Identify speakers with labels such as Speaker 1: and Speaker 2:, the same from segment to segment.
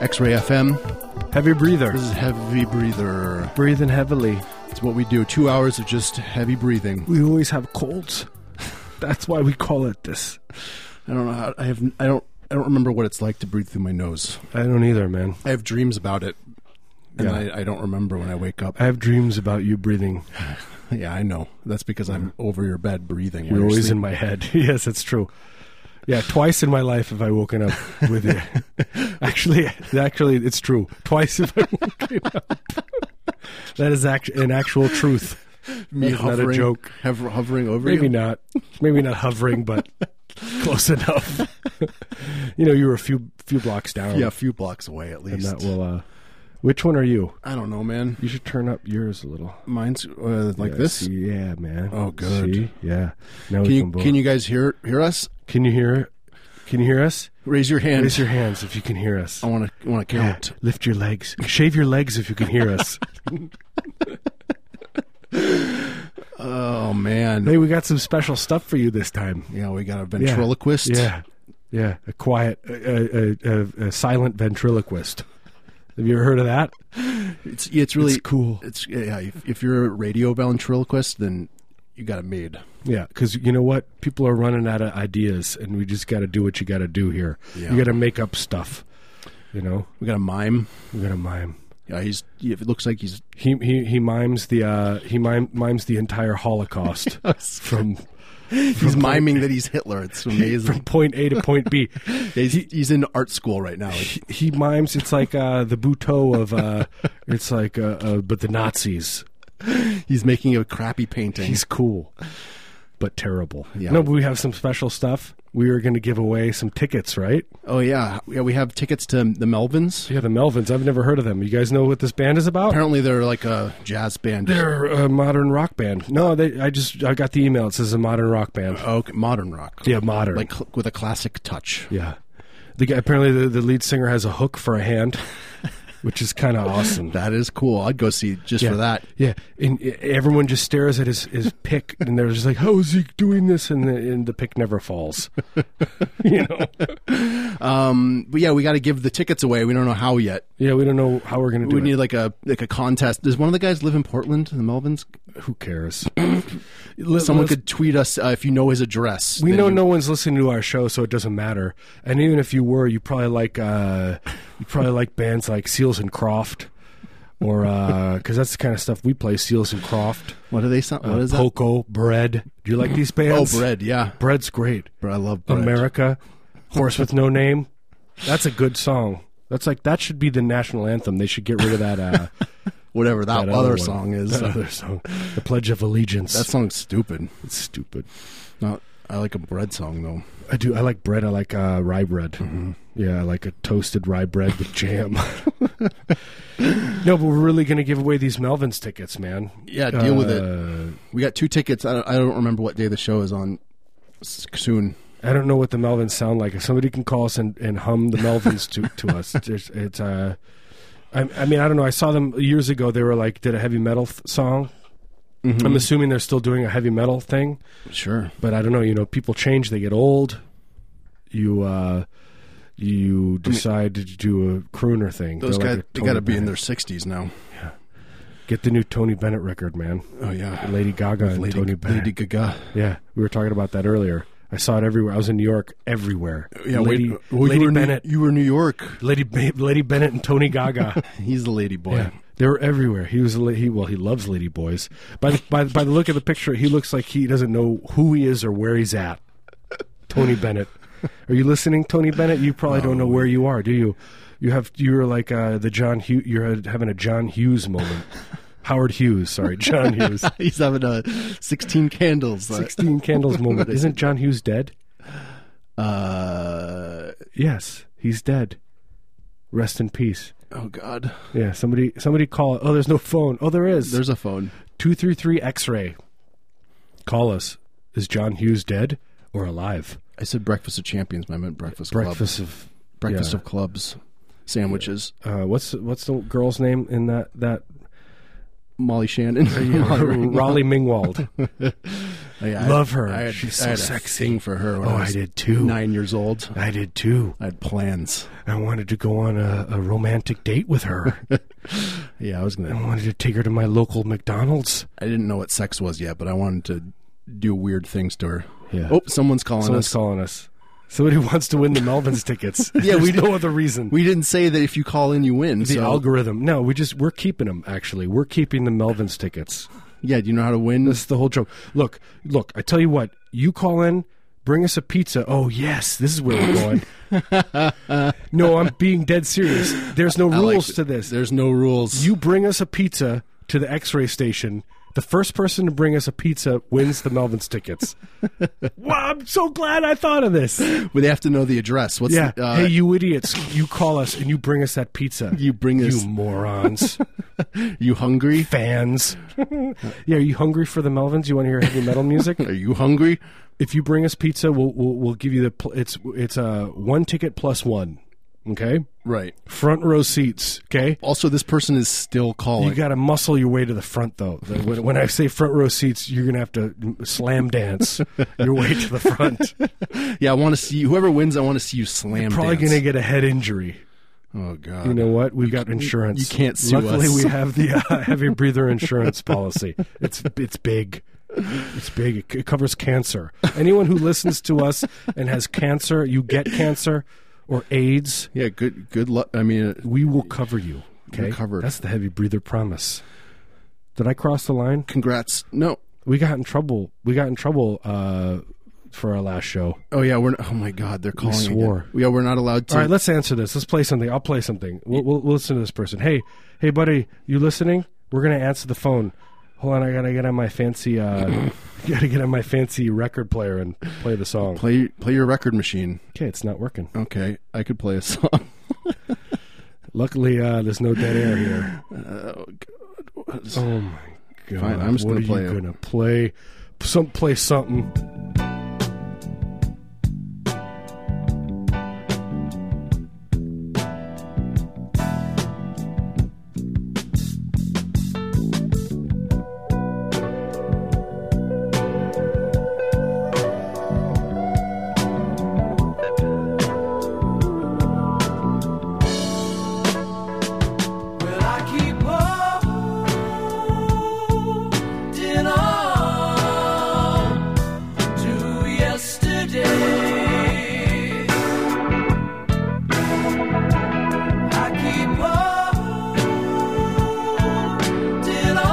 Speaker 1: X Ray FM.
Speaker 2: Heavy breather.
Speaker 1: This is Heavy Breather.
Speaker 2: Breathing heavily.
Speaker 1: It's what we do. Two hours of just heavy breathing.
Speaker 2: We always have colds. That's why we call it this.
Speaker 1: I don't know how. I have. I don't. I don't remember what it's like to breathe through my nose.
Speaker 2: I don't either, man.
Speaker 1: I have dreams about it, and
Speaker 2: Yeah.
Speaker 1: I, I don't remember when I wake up.
Speaker 2: I have dreams about you breathing.
Speaker 1: yeah, I know. That's because I'm over your bed breathing. while
Speaker 2: Mm-hmm. You're always
Speaker 1: sleeping.
Speaker 2: in my head. yes, it's true. Yeah, twice in my life have I woken up with you. actually, actually, it's true. Twice have I woken up. that is act- an actual truth.
Speaker 1: me
Speaker 2: That's not a
Speaker 1: hovering,
Speaker 2: joke.
Speaker 1: hov- hovering over
Speaker 2: Maybe
Speaker 1: you.
Speaker 2: not. Maybe not hovering, but close enough. you know, you were a few few blocks down.
Speaker 1: Yeah, a few blocks away at
Speaker 2: and
Speaker 1: least.
Speaker 2: that will. Uh, which one are you?
Speaker 1: I don't know, man.
Speaker 2: You should turn up yours a little.
Speaker 1: Mine's uh, like
Speaker 2: Yeah,
Speaker 1: this.
Speaker 2: see? Yeah, man.
Speaker 1: Oh, good.
Speaker 2: See? Yeah.
Speaker 1: Can
Speaker 2: Now we
Speaker 1: you
Speaker 2: can both.
Speaker 1: can you guys hear hear us?
Speaker 2: Can you hear? Can you hear us?
Speaker 1: Raise your hand.
Speaker 2: Raise your hands if you can hear us.
Speaker 1: I want to want to
Speaker 2: Yeah,
Speaker 1: count.
Speaker 2: lift your legs. Shave your legs if you can hear us.
Speaker 1: Oh man.
Speaker 2: hey, we got some special stuff for you this time.
Speaker 1: yeah, we got a
Speaker 2: Yeah.
Speaker 1: ventriloquist.
Speaker 2: Yeah, yeah. A quiet, a, a, a, a silent ventriloquist. Have you ever heard of that?
Speaker 1: It's it's really
Speaker 2: it's cool.
Speaker 1: It's yeah. If, if you're a radio ventriloquist, then you got a maid.
Speaker 2: Yeah, because you know what? People are running out of ideas, and we just got to do what you got to do here.
Speaker 1: Yeah.
Speaker 2: You got to make up stuff. You know,
Speaker 1: We got a mime.
Speaker 2: we got to mime.
Speaker 1: Yeah, he's. If it looks like he's
Speaker 2: He he he mimes the uh, he mime, mimes the entire Holocaust from
Speaker 1: he's miming that he's Hitler. It's
Speaker 2: from
Speaker 1: amazing.
Speaker 2: point A to point B.
Speaker 1: he's, he's in art school right now. Like,
Speaker 2: He, he mimes. It's like uh, the buteau of. Uh, it's like, uh, uh, but the Nazis.
Speaker 1: he's making a crappy painting.
Speaker 2: He's cool, but terrible.
Speaker 1: Yeah.
Speaker 2: No, but we have some special stuff. We are going to give away some tickets, right?
Speaker 1: oh yeah, yeah. We have tickets to the Melvins.
Speaker 2: Yeah, the Melvins. I've never heard of them. You guys know what this band is about?
Speaker 1: Apparently, they're like a jazz band.
Speaker 2: They're a modern rock band. No, they, I just I got the email. It says a modern rock band.
Speaker 1: okay, modern rock.
Speaker 2: Yeah, modern.
Speaker 1: Oh. like cl- with a classic touch.
Speaker 2: yeah. The guy, apparently the, the lead singer has a hook for a hand, which is kind of awesome.
Speaker 1: That is cool. I'd go see just for that.
Speaker 2: Yeah, and uh, everyone just stares at his, his pick, and they're just like, "How is he doing this?" And the, and the pick never falls. you know.
Speaker 1: Um, but yeah, we got to give the tickets away. We don't know how yet.
Speaker 2: Yeah, we don't know how we're gonna do
Speaker 1: We
Speaker 2: it.
Speaker 1: need like a like a contest. Does one of the guys live in Portland, the Melvins?
Speaker 2: Who cares? Let-
Speaker 1: Someone
Speaker 2: let's-
Speaker 1: could tweet us uh, if you know his address.
Speaker 2: We
Speaker 1: Then
Speaker 2: know
Speaker 1: you-
Speaker 2: no one's listening to our show, so it doesn't matter. And even if you were, you probably like uh, you probably like bands like Seals and Croft, or because that's the kind of stuff we play. Seals and Croft,
Speaker 1: What do they sound? What
Speaker 2: uh,
Speaker 1: is that?
Speaker 2: Poco, Bread. Do you like these
Speaker 1: Oh,
Speaker 2: bands?
Speaker 1: bread. Yeah,
Speaker 2: Bread's great.
Speaker 1: Bro, I love bread.
Speaker 2: America, Horse with No Name. That's a good song. That's like that should be the national anthem. They should get rid of that uh,
Speaker 1: Whatever that,
Speaker 2: that
Speaker 1: other,
Speaker 2: one.
Speaker 1: song is. uh,
Speaker 2: That other song, the Pledge of Allegiance.
Speaker 1: That song's stupid.
Speaker 2: It's stupid.
Speaker 1: No, I like a bread song though.
Speaker 2: I do. I like bread. I like uh, rye bread.
Speaker 1: Mm-hmm.
Speaker 2: Yeah, I like a toasted rye bread with jam. no, but we're really going to give away these Melvin's tickets, man.
Speaker 1: Yeah, deal with it.
Speaker 2: Uh,
Speaker 1: We got two tickets. I don't, I don't remember what day the show is on. S- soon.
Speaker 2: I don't know what the Melvins sound like. If somebody can call us and, and hum the Melvins to, to us, it's, it's uh, I, I mean, I don't know. I saw them years ago. They were like, did a heavy metal th- song.
Speaker 1: Hmm.
Speaker 2: I'm assuming they're still doing a heavy metal thing.
Speaker 1: Sure.
Speaker 2: but I don't know. You know, people change; they get old. You uh, you decide to do a crooner thing.
Speaker 1: Those
Speaker 2: They're
Speaker 1: guys,
Speaker 2: like a
Speaker 1: they
Speaker 2: Tony
Speaker 1: got to be in
Speaker 2: Bennett.
Speaker 1: their sixties now.
Speaker 2: Get the new Tony Bennett record, man.
Speaker 1: Oh yeah,
Speaker 2: Lady Gaga and
Speaker 1: Lady,
Speaker 2: Tony Bennett.
Speaker 1: Lady Gaga.
Speaker 2: yeah, we were talking about that earlier. I saw it everywhere. I was in New York everywhere.
Speaker 1: Yeah,
Speaker 2: Lady,
Speaker 1: wait. uh, Well,
Speaker 2: Lady
Speaker 1: you were in New-
Speaker 2: Bennett,
Speaker 1: you were in New York.
Speaker 2: Lady Ba- Lady Bennett, and Tony Gaga.
Speaker 1: He's the lady boy.
Speaker 2: yeah. They were everywhere. He was a la- he well. He loves lady boys. By the, by, the- by the look of the picture, he looks like he doesn't know who he is or where he's at. Tony Bennett, are you listening, Tony Bennett? You probably don't know where you are, do you? You have you're like uh, the John Hugh. You're having a John Hughes moment. Howard Hughes, sorry, John Hughes.
Speaker 1: He's having a sixteen candles. uh,
Speaker 2: Sixteen uh, candles moment. Isn't John Hughes dead?
Speaker 1: Uh,
Speaker 2: Yes, he's dead. Rest in peace.
Speaker 1: oh God,
Speaker 2: Yeah, somebody somebody call. Oh, there's no phone. Oh, there is.
Speaker 1: there's a phone.
Speaker 2: 233 X ray. Call us. Is John Hughes dead or alive?
Speaker 1: I said breakfast of champions, but I meant breakfast club.
Speaker 2: Breakfast of.
Speaker 1: breakfast
Speaker 2: yeah.
Speaker 1: of clubs, sandwiches.
Speaker 2: Uh, what's what's the girl's name in that that
Speaker 1: Molly Shannon. Molly Ringwald.
Speaker 2: Raleigh Mingwald.
Speaker 1: Yeah, I-
Speaker 2: Love her.
Speaker 1: I had,
Speaker 2: She's
Speaker 1: I
Speaker 2: so
Speaker 1: had a
Speaker 2: sexy.
Speaker 1: thing for her. When
Speaker 2: Oh,
Speaker 1: I,
Speaker 2: I
Speaker 1: was
Speaker 2: did too.
Speaker 1: Nine years old.
Speaker 2: I did too.
Speaker 1: I had plans.
Speaker 2: I wanted to go on a, a romantic date with her.
Speaker 1: Yeah, I was
Speaker 2: I
Speaker 1: gonna.
Speaker 2: wanted to take her to my local McDonald's.
Speaker 1: I didn't know what sex was yet, but I wanted to do weird things to her.
Speaker 2: Yeah.
Speaker 1: Oh, someone's calling
Speaker 2: Someone's
Speaker 1: us.
Speaker 2: calling us. Somebody wants to win the Melvins tickets.
Speaker 1: Yeah, we
Speaker 2: There's no other reason.
Speaker 1: we didn't say that if you call in, you win.
Speaker 2: the
Speaker 1: so
Speaker 2: algorithm. No, we just we're keeping them. Actually, we're keeping the Melvins tickets.
Speaker 1: yeah, do you know how to win?
Speaker 2: That's the whole joke. Look, look. I tell you what. You call in. Bring us a pizza. Oh yes, this is where we're going. no, I'm being dead serious. There's no
Speaker 1: Like,
Speaker 2: rules to this.
Speaker 1: There's no rules.
Speaker 2: You bring us a pizza to the X-ray station. The first person to bring us a pizza wins the Melvins tickets. wow, I'm so glad I thought of this.
Speaker 1: but they have to know the address. What's
Speaker 2: Yeah.
Speaker 1: the, uh,
Speaker 2: hey, you idiots! You call us and you bring us that pizza.
Speaker 1: you bring this?
Speaker 2: you morons.
Speaker 1: You, hungry?
Speaker 2: fans. yeah, are you hungry for the Melvins? You want to hear heavy metal music?
Speaker 1: Are you hungry?
Speaker 2: if you bring us pizza, we'll we'll, we'll give you the pl- it's it's uh, one ticket plus one. Okay,
Speaker 1: Right.
Speaker 2: front row seats. Okay.
Speaker 1: Also, this person is still calling.
Speaker 2: You got to muscle your way to the front, though. The- When, when I say front row seats, you're gonna have to slam dance your way to the front.
Speaker 1: yeah, I want to see whoever wins. I want to see you slam.
Speaker 2: Probably
Speaker 1: dance.
Speaker 2: gonna get a head injury.
Speaker 1: Oh god.
Speaker 2: You know what? We've got insurance.
Speaker 1: you can't sue
Speaker 2: Luckily,
Speaker 1: us.
Speaker 2: we have the uh, heavy breather insurance policy. It's it's big. It's big. It, c- it covers cancer. Anyone who listens to us and has cancer, you get cancer or AIDS,
Speaker 1: yeah. Good. Good luck. I mean, uh,
Speaker 2: we will cover you. Okay,
Speaker 1: You're covered.
Speaker 2: That's the heavy breather promise. Did I cross the line?
Speaker 1: congrats. No.
Speaker 2: We got in trouble. We got in trouble uh, for our last show.
Speaker 1: Oh yeah. We're. Not, oh my god. They're calling. again.
Speaker 2: swore.
Speaker 1: Yeah. We're not allowed to.
Speaker 2: All right, let's answer this. Let's play something. I'll play something. We'll, we'll, we'll listen to this person. Hey, hey, buddy, you listening? We're gonna answer the phone. Hold on, I gotta get on my fancy, uh, gotta get on my fancy record player and play the song.
Speaker 1: play. Play your record machine.
Speaker 2: Okay, it's not working.
Speaker 1: Okay. I could play a song.
Speaker 2: Luckily, uh, there's no dead air here.
Speaker 1: Oh, God. What is-
Speaker 2: Oh my god!
Speaker 1: Fine, I'm just
Speaker 2: what
Speaker 1: gonna
Speaker 2: are
Speaker 1: play
Speaker 2: you
Speaker 1: it.
Speaker 2: gonna play? Some play something.
Speaker 3: Will I keep holding on to yesterday? I keep holding on.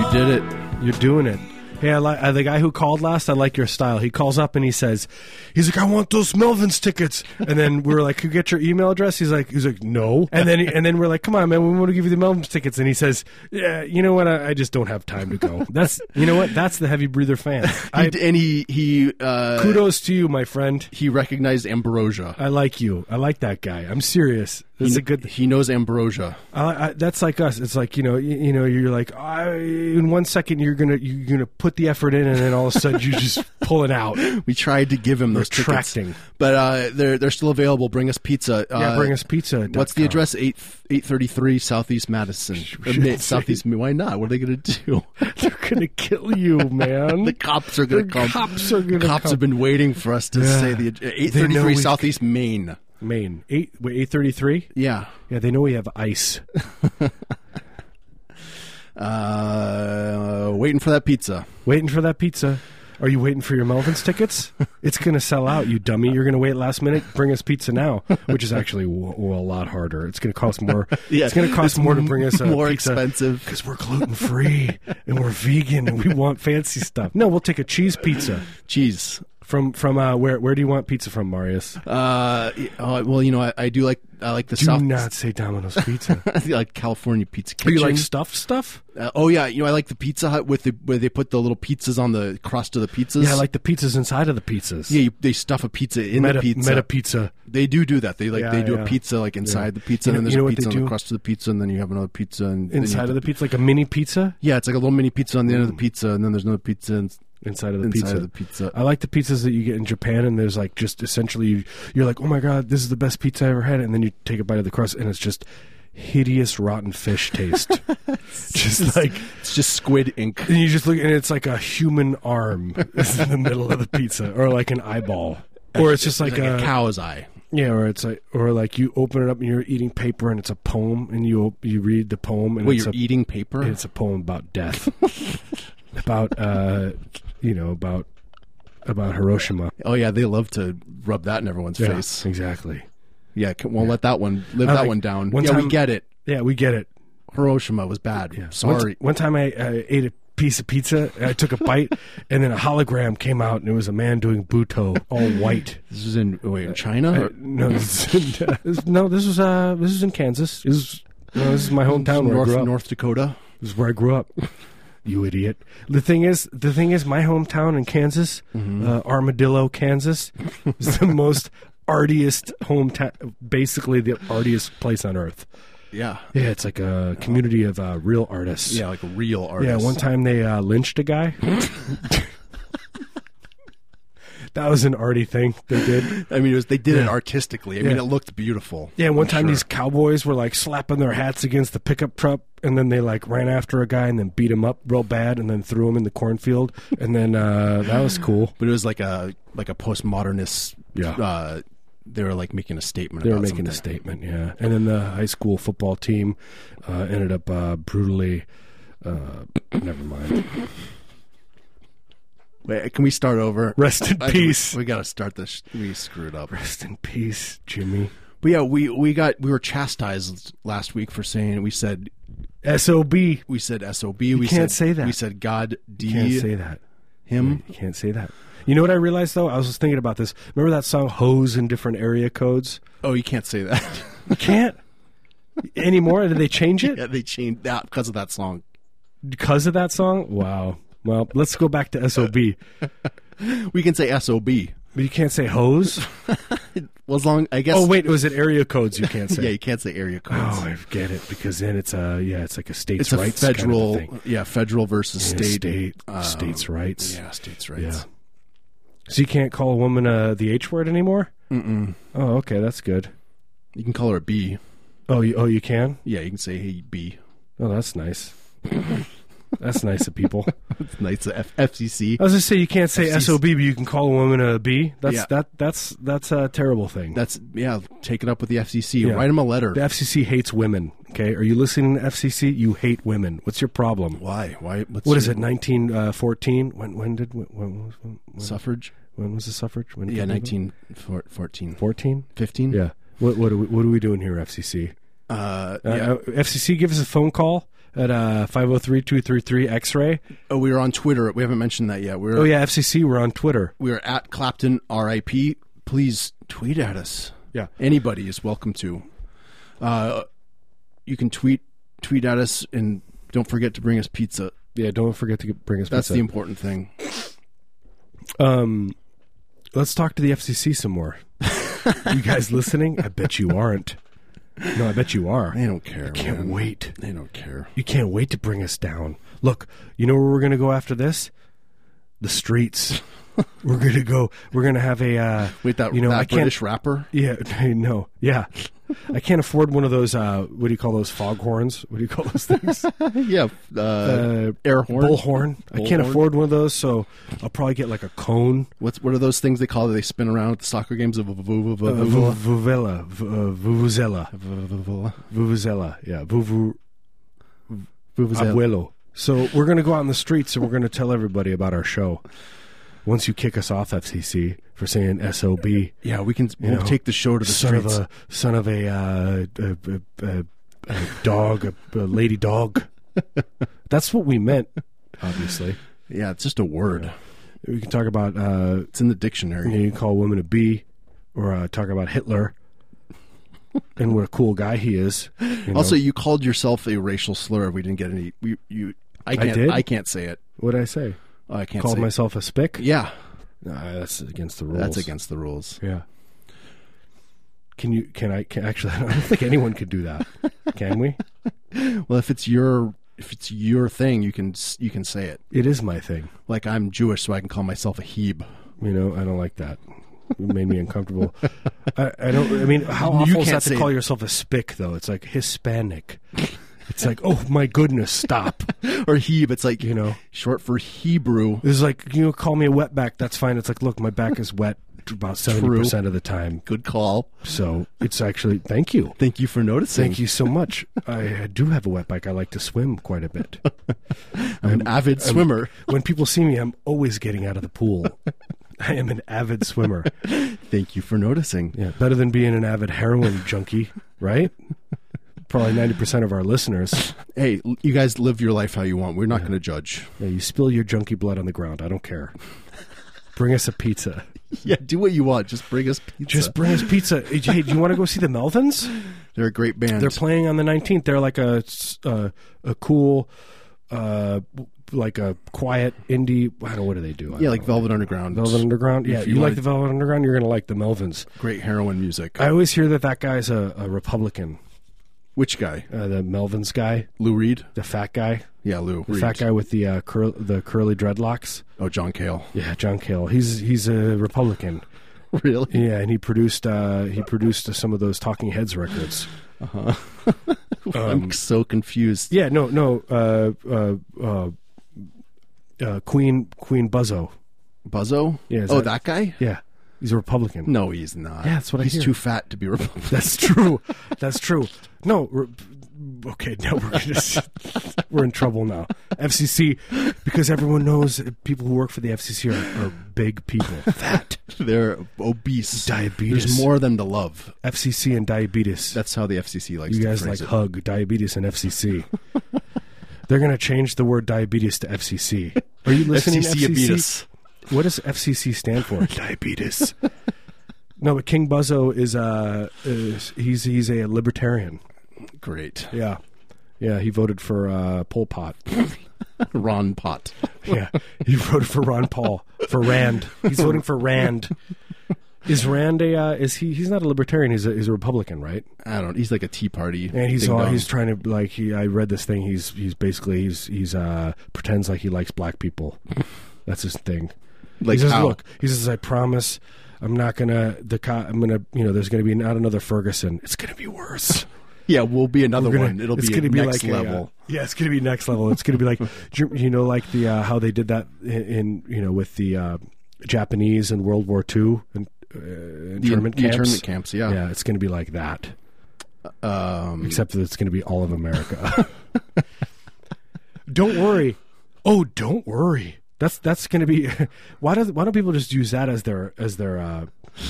Speaker 1: You did it.
Speaker 2: You're doing it. Hey, I like uh, the guy who called last. I like your style. He calls up and he says, "He's like, I want those Melvins tickets." And then we're like, "Can you get your email address?" He's like, "He's like, no." And then and then we're like, "Come on, man, we want to give you the Melvins tickets." And he says, "Yeah, you know what? I, I just don't have time to go." That's you know what? That's the heavy breather fan.
Speaker 1: He
Speaker 2: I,
Speaker 1: d and he he uh,
Speaker 2: kudos to you, my friend.
Speaker 1: he recognized Ambrosia.
Speaker 2: I like you. I like that guy. I'm serious. That's Uh, a good.
Speaker 1: He knows Ambrosia.
Speaker 2: I, I, that's like us. It's like you know, you, you know, you're like I, in one second you're gonna you're gonna put the effort in, and then all of a sudden you just pull it out.
Speaker 1: We tried to give him those
Speaker 2: Retracting.
Speaker 1: tickets, but uh, they're they're still available. Bring us pizza.
Speaker 2: Yeah,
Speaker 1: uh,
Speaker 2: bring us pizza.
Speaker 1: What's the address? Eight eight thirty three Southeast Madison. Uh,
Speaker 2: should
Speaker 1: Ma- Southeast. Why not? What are they going to do?
Speaker 2: They're gonna kill you, man.
Speaker 1: The cops are going
Speaker 2: The
Speaker 1: to come.
Speaker 2: cops are gonna
Speaker 1: Cops
Speaker 2: come.
Speaker 1: have been waiting for us to
Speaker 2: Yeah.
Speaker 1: say the eight
Speaker 2: They
Speaker 1: thirty
Speaker 2: know we-
Speaker 1: three Southeast Maine.
Speaker 2: Maine eight wait eight thirty three.
Speaker 1: Yeah.
Speaker 2: Yeah, they know we have ice.
Speaker 1: Uh, waiting for that pizza.
Speaker 2: waiting for that pizza. Are you waiting for your Melvin's tickets? It's gonna sell out, you dummy. You're gonna wait last minute. Bring us pizza now, which is actually w- w- a lot harder. It's gonna cost more.
Speaker 1: Yeah,
Speaker 2: it's gonna cost
Speaker 1: it's
Speaker 2: more to bring us a
Speaker 1: more
Speaker 2: Uh, pizza
Speaker 1: expensive.
Speaker 2: because we're gluten free and we're vegan and we want fancy stuff. No, we'll take a cheese pizza
Speaker 1: Cheese.
Speaker 2: from from uh, where where do you want pizza from, Marius?
Speaker 1: Uh, oh, well, you know, I, I do like I like the
Speaker 2: Do
Speaker 1: South.
Speaker 2: not say Domino's pizza.
Speaker 1: I like California Pizza
Speaker 2: Do
Speaker 1: Kitchen.
Speaker 2: you like stuffed stuff?
Speaker 1: Uh, oh yeah, you know I like the Pizza Hut with the where they put the little pizzas on the crust of the pizzas.
Speaker 2: Yeah, I like the pizzas inside of the pizzas.
Speaker 1: yeah, you, they stuff a pizza in
Speaker 2: meta
Speaker 1: the pizza.
Speaker 2: meta pizza.
Speaker 1: they do do that. They like
Speaker 2: Yeah,
Speaker 1: they do
Speaker 2: yeah.
Speaker 1: a pizza like inside the pizza,
Speaker 2: You
Speaker 1: and
Speaker 2: know-
Speaker 1: then there's
Speaker 2: you know
Speaker 1: a
Speaker 2: what
Speaker 1: pizza
Speaker 2: they
Speaker 1: on the
Speaker 2: do?
Speaker 1: crust of the pizza, and then you have another pizza and then you
Speaker 2: Inside
Speaker 1: have
Speaker 2: of the Mm. pizza, like a mini pizza
Speaker 1: yeah, it's like a little mini pizza on the end of the pizza, and then there's another pizza and,
Speaker 2: inside of the
Speaker 1: inside
Speaker 2: pizza.
Speaker 1: of the pizza.
Speaker 2: I like the pizzas that you get in Japan, and there's like just essentially you, you're like, oh my god, this is the best pizza I ever had, and then you take a bite of the crust, and it's just hideous rotten fish taste. just like
Speaker 1: It's just squid ink.
Speaker 2: and you just look and it's like a human arm is in the middle of the pizza or like an eyeball. Or it's just like,
Speaker 1: Like a
Speaker 2: a
Speaker 1: cow's eye.
Speaker 2: yeah, or it's like, or like you open it up and you're eating paper and it's a poem and you op- you read the poem and
Speaker 1: Well,
Speaker 2: it's
Speaker 1: you're
Speaker 2: a,
Speaker 1: eating paper.
Speaker 2: and it's a poem about death, about uh, you know about about Hiroshima.
Speaker 1: oh yeah, they love to rub that in everyone's
Speaker 2: Yeah,
Speaker 1: face.
Speaker 2: exactly.
Speaker 1: Yeah, c- won't let that one live
Speaker 2: I
Speaker 1: that
Speaker 2: like-
Speaker 1: one down.
Speaker 2: one
Speaker 1: yeah,
Speaker 2: time-
Speaker 1: we get it.
Speaker 2: Yeah, we get it.
Speaker 1: Hiroshima was bad.
Speaker 2: One
Speaker 1: Sorry.
Speaker 2: t- One, time I, I ate a piece of pizza. and I took a bite, and then a hologram came out, and it was a man doing buto, all white.
Speaker 1: This is in wait, China. Or,
Speaker 2: No, this is in, Uh, this- no, this was uh, this is in Kansas. This is no, this is my hometown where
Speaker 1: North
Speaker 2: I grew up.
Speaker 1: North Dakota.
Speaker 2: This is where I grew up. You idiot. The thing is, the thing is, my hometown in Kansas, uh, Armadillo, Kansas, is the most artiest hometown. Basically, the artiest place on earth.
Speaker 1: Yeah.
Speaker 2: Yeah, it's like a community of uh, real artists.
Speaker 1: Yeah, like a real artist.
Speaker 2: Yeah, one time they uh, lynched a guy. that was an arty thing they did.
Speaker 1: I mean, it was they did it artistically. I mean,
Speaker 2: Yeah.
Speaker 1: it looked beautiful.
Speaker 2: Yeah, one time these cowboys were like slapping their hats against the pickup truck, and then they like ran after a guy and then beat him up real bad, and then threw him in the cornfield, and then uh, that was cool.
Speaker 1: But it was like a like a postmodernist.
Speaker 2: Yeah.
Speaker 1: Uh, they were like making a statement.
Speaker 2: They were
Speaker 1: about
Speaker 2: making a
Speaker 1: something.
Speaker 2: statement, yeah. And then the high school football team uh, ended up uh, brutally. Uh, never mind.
Speaker 1: Wait, can we start over?
Speaker 2: Rest in
Speaker 1: I-
Speaker 2: peace.
Speaker 1: We, we got to start this. We screwed up.
Speaker 2: Rest in peace, Jimmy.
Speaker 1: But yeah, we we got we were chastised last week for saying we said
Speaker 2: Sob. You
Speaker 1: we said sob. we said,
Speaker 2: can't say that.
Speaker 1: We said God D
Speaker 2: can't say that.
Speaker 1: him.
Speaker 2: You can't say that. You know what I realized though? I was just thinking about this. Remember that song "Hoes in Different Area Codes"?
Speaker 1: Oh, you can't say that.
Speaker 2: You can't anymore. Did they change it
Speaker 1: yeah, they changed that because of that song.
Speaker 2: because of that song? Wow. Well, let's go back to "Sob."
Speaker 1: Uh,
Speaker 2: But
Speaker 1: We can say sob.
Speaker 2: you can't say "hoes."
Speaker 1: Well, as long I guess.
Speaker 2: Oh wait, it was it area codes? You can't say.
Speaker 1: yeah, you can't say area codes.
Speaker 2: Oh, I get it because then it's a yeah, it's like a states
Speaker 1: it's a
Speaker 2: rights
Speaker 1: federal,
Speaker 2: kind of thing.
Speaker 1: yeah, federal versus
Speaker 2: Yeah,
Speaker 1: state,
Speaker 2: state
Speaker 1: um,
Speaker 2: states rights.
Speaker 1: yeah, states
Speaker 2: Yeah.
Speaker 1: rights.
Speaker 2: So you can't call a woman uh, the H word anymore. Mm-mm. Oh, okay, that's good.
Speaker 1: You can call her a B.
Speaker 2: Oh, you, oh, you can.
Speaker 1: Yeah, you can say hey B.
Speaker 2: Oh, that's nice. that's nice of people.
Speaker 1: It's nice. The F- FCC.
Speaker 2: I was just say you can't say
Speaker 1: FCC.
Speaker 2: sob, but you can call a woman a b. That's
Speaker 1: Yeah.
Speaker 2: that that's that's a terrible thing.
Speaker 1: That's yeah. Take it up with the FCC.
Speaker 2: Yeah.
Speaker 1: Write them a letter.
Speaker 2: the FCC hates women. Okay, are you listening to FCC? You hate women. What's your problem?
Speaker 1: Why? Why? What's
Speaker 2: What is
Speaker 1: your-
Speaker 2: it? Nineteen uh, fourteen? When when did when when was, when, when,
Speaker 1: Suffrage.
Speaker 2: when was the suffrage? When
Speaker 1: Yeah, 1914.
Speaker 2: fourteen.
Speaker 1: 15?
Speaker 2: Yeah. What what are we, what are we doing here, FCC?
Speaker 1: Uh,
Speaker 2: Uh,
Speaker 1: yeah.
Speaker 2: uh, FCC, give us a phone call at uh, 503-233-X-ray.
Speaker 1: Oh, we were on Twitter. We haven't mentioned that yet. We were,
Speaker 2: Oh yeah, FCC, we're on Twitter.
Speaker 1: we were at Clapton RIP. Please tweet at us.
Speaker 2: Yeah.
Speaker 1: Anybody is welcome to. Uh, you can tweet tweet at us and don't forget to bring us pizza.
Speaker 2: Yeah, don't forget to get- bring us.
Speaker 1: That's
Speaker 2: pizza.
Speaker 1: the important thing.
Speaker 2: Um, let's talk to the FCC some more. you guys listening? I bet you aren't. No, I bet you are.
Speaker 1: They don't care.
Speaker 2: can't
Speaker 1: man.
Speaker 2: wait.
Speaker 1: They don't care.
Speaker 2: You can't wait to bring us down. Look, you know where we're going to go after this? The streets. we're going to go. We're going to have a. Uh,
Speaker 1: Wait, that
Speaker 2: you know
Speaker 1: that
Speaker 2: I can't.
Speaker 1: British rapper.
Speaker 2: Yeah, no, yeah. I can't afford one of those. Uh, what do you call those foghorns? What do you call those things?
Speaker 1: yeah, uh,
Speaker 2: Uh,
Speaker 1: air horn.
Speaker 2: Bullhorn. I can't
Speaker 1: Bullhorn.
Speaker 2: afford one of those, so I'll probably get like a cone.
Speaker 1: What's what are those things they call that they spin around at the soccer games? A vu- vu- vu- vu-
Speaker 2: Uh,
Speaker 1: vu-
Speaker 2: vu- vuvela, vu- uh, vuvuzela,
Speaker 1: vu- vu- vu-
Speaker 2: vuvuzela, yeah, vuvu,
Speaker 1: vu- vu-
Speaker 2: abuelo. So we're gonna go out in the streets and we're gonna tell everybody about our show. Once you kick us off, FCC, for saying sob,
Speaker 1: Yeah, we can. We'll
Speaker 2: know,
Speaker 1: take the show to the
Speaker 2: son of
Speaker 1: streets.
Speaker 2: a son of a, uh, a, a, a, a dog, a, a lady dog. That's what we meant, obviously.
Speaker 1: yeah, it's just a word.
Speaker 2: We can talk about uh,
Speaker 1: It's in the
Speaker 2: you,
Speaker 1: dictionary.
Speaker 2: know, you can call women a bee, or uh, talk about Hitler and what a cool guy he is. you know.
Speaker 1: Also, you called yourself a racial slur. We didn't get any. We, you, I can't. I,
Speaker 2: did?
Speaker 1: can't say it.
Speaker 2: What'd I say?
Speaker 1: I can't
Speaker 2: Called
Speaker 1: say. it.
Speaker 2: myself a spick?
Speaker 1: Yeah,
Speaker 2: Nah, that's against the rules.
Speaker 1: that's against the rules.
Speaker 2: Yeah. Can you? Can I? Can, actually, I don't think anyone could do that. Can we?
Speaker 1: Well, if it's your if it's your thing, you can s- you can say it.
Speaker 2: It is my thing.
Speaker 1: Like I'm Jewish, so I can call myself a Heb.
Speaker 2: You know, I don't like that. It made me uncomfortable. I, I don't. I mean, how
Speaker 1: You
Speaker 2: awful is
Speaker 1: can't
Speaker 2: that to
Speaker 1: say
Speaker 2: call
Speaker 1: it.
Speaker 2: yourself a spic though? It's like Hispanic. It's like, oh my goodness, stop!
Speaker 1: or Hebe. It's like
Speaker 2: You know,
Speaker 1: short for Hebrew.
Speaker 2: it's like you know, call me a wetback. That's fine. It's like, look, my back is wet about seventy percent of the time.
Speaker 1: Good call.
Speaker 2: So it's actually thank you.
Speaker 1: Thank you for noticing.
Speaker 2: Thank you so much. I do have a wet bike. I like to swim quite a bit.
Speaker 1: I'm an avid swimmer.
Speaker 2: When people see me, I'm always getting out of the pool. I am an avid swimmer.
Speaker 1: Thank you for noticing.
Speaker 2: Yeah, better than being an avid heroin junkie, right? Probably 90% of our listeners.
Speaker 1: Hey, l- you guys live your life how you want. We're not going to judge.
Speaker 2: Yeah, you spill your junkie blood on the ground. I don't care. Bring us a pizza.
Speaker 1: Yeah, do what you want. Just bring us pizza.
Speaker 2: Just bring us pizza. Hey, do you want to go see the Melvins?
Speaker 1: They're a great band.
Speaker 2: They're playing on the 19th. They're like a s- uh, a cool uh like a quiet indie, I don't know what do they do? I
Speaker 1: yeah,
Speaker 2: don't
Speaker 1: like
Speaker 2: know.
Speaker 1: Velvet Underground.
Speaker 2: Velvet Underground. Yeah,
Speaker 1: If
Speaker 2: you,
Speaker 1: you
Speaker 2: like
Speaker 1: wanna-
Speaker 2: the Velvet Underground, you're going to like the Melvins.
Speaker 1: Great heroin music.
Speaker 2: I always hear that that guy's a, a Republican,
Speaker 1: Which guy?
Speaker 2: uh, the Melvins guy,
Speaker 1: Lou Reed.
Speaker 2: the fat guy,
Speaker 1: Yeah, Lou.
Speaker 2: the
Speaker 1: Reed.
Speaker 2: fat guy with the uh, curl, the curly dreadlocks.
Speaker 1: Oh, John Cale.
Speaker 2: Yeah, John Cale. He's he's a Republican.
Speaker 1: really?
Speaker 2: Yeah, and he produced uh, he produced some of those Talking Heads records. Um,
Speaker 1: I'm so confused.
Speaker 2: Yeah, no, no. Uh, uh, uh, uh, Queen Queen Buzzo.
Speaker 1: Buzzo?
Speaker 2: Yeah, is
Speaker 1: oh,
Speaker 2: that-
Speaker 1: that, guy?
Speaker 2: Yeah, he's a Republican.
Speaker 1: No, he's not.
Speaker 2: Yeah, that's what I
Speaker 1: He's
Speaker 2: hear.
Speaker 1: too fat to be Republican.
Speaker 2: That's true. That's true. No. re- Okay, now we're gonna, we're in trouble now. FCC, because everyone knows that people who work for the FCC are, are big people. Fat
Speaker 1: They're obese.
Speaker 2: Diabetes.
Speaker 1: There's more than to love.
Speaker 2: FCC and diabetes.
Speaker 1: That's how the FCC likes
Speaker 2: you
Speaker 1: to
Speaker 2: guys like
Speaker 1: phrase it.
Speaker 2: hug diabetes and FCC. They're gonna change the word diabetes to FCC. Are you listening?
Speaker 1: FCC diabetes.
Speaker 2: What does FCC stand for? diabetes. No, but King Buzzo is uh, is he's he's a libertarian.
Speaker 1: Great.
Speaker 2: Yeah. Yeah, he voted for uh, Pol Pot.
Speaker 1: Ron Pot.
Speaker 2: Yeah, he voted for Ron Paul, for Rand. He's voting for Rand. Is Rand a? Uh, is he? He's not a libertarian. He's a, he's a Republican, right?
Speaker 1: I don't. He's like a Tea Party.
Speaker 2: And he's all,
Speaker 1: ding-dong.
Speaker 2: he's trying to like he. I read this thing. He's he's basically he's he's uh pretends like he likes black people. That's his thing.
Speaker 1: like
Speaker 2: he says,
Speaker 1: how?
Speaker 2: "Look," he says, "I promise, I'm not gonna the co- I'm gonna you know there's gonna be not another Ferguson. It's gonna be worse."
Speaker 1: Yeah, we'll be another
Speaker 2: We're gonna-
Speaker 1: one. It'll
Speaker 2: it's
Speaker 1: be
Speaker 2: gonna
Speaker 1: next
Speaker 2: like a, uh,
Speaker 1: level.
Speaker 2: yeah, it's gonna be next level. It's gonna be like do you- you know, like the uh, how they did that in, in you know with the uh, Japanese in World War II and uh,
Speaker 1: the,
Speaker 2: internment
Speaker 1: the
Speaker 2: camps.
Speaker 1: internment camps. Yeah.
Speaker 2: Yeah, it's gonna be like that,
Speaker 1: Um,
Speaker 2: except that it's gonna be all of America. don't worry. Oh, don't worry. That's that's gonna be. Why does why don't people just use that as their as their uh,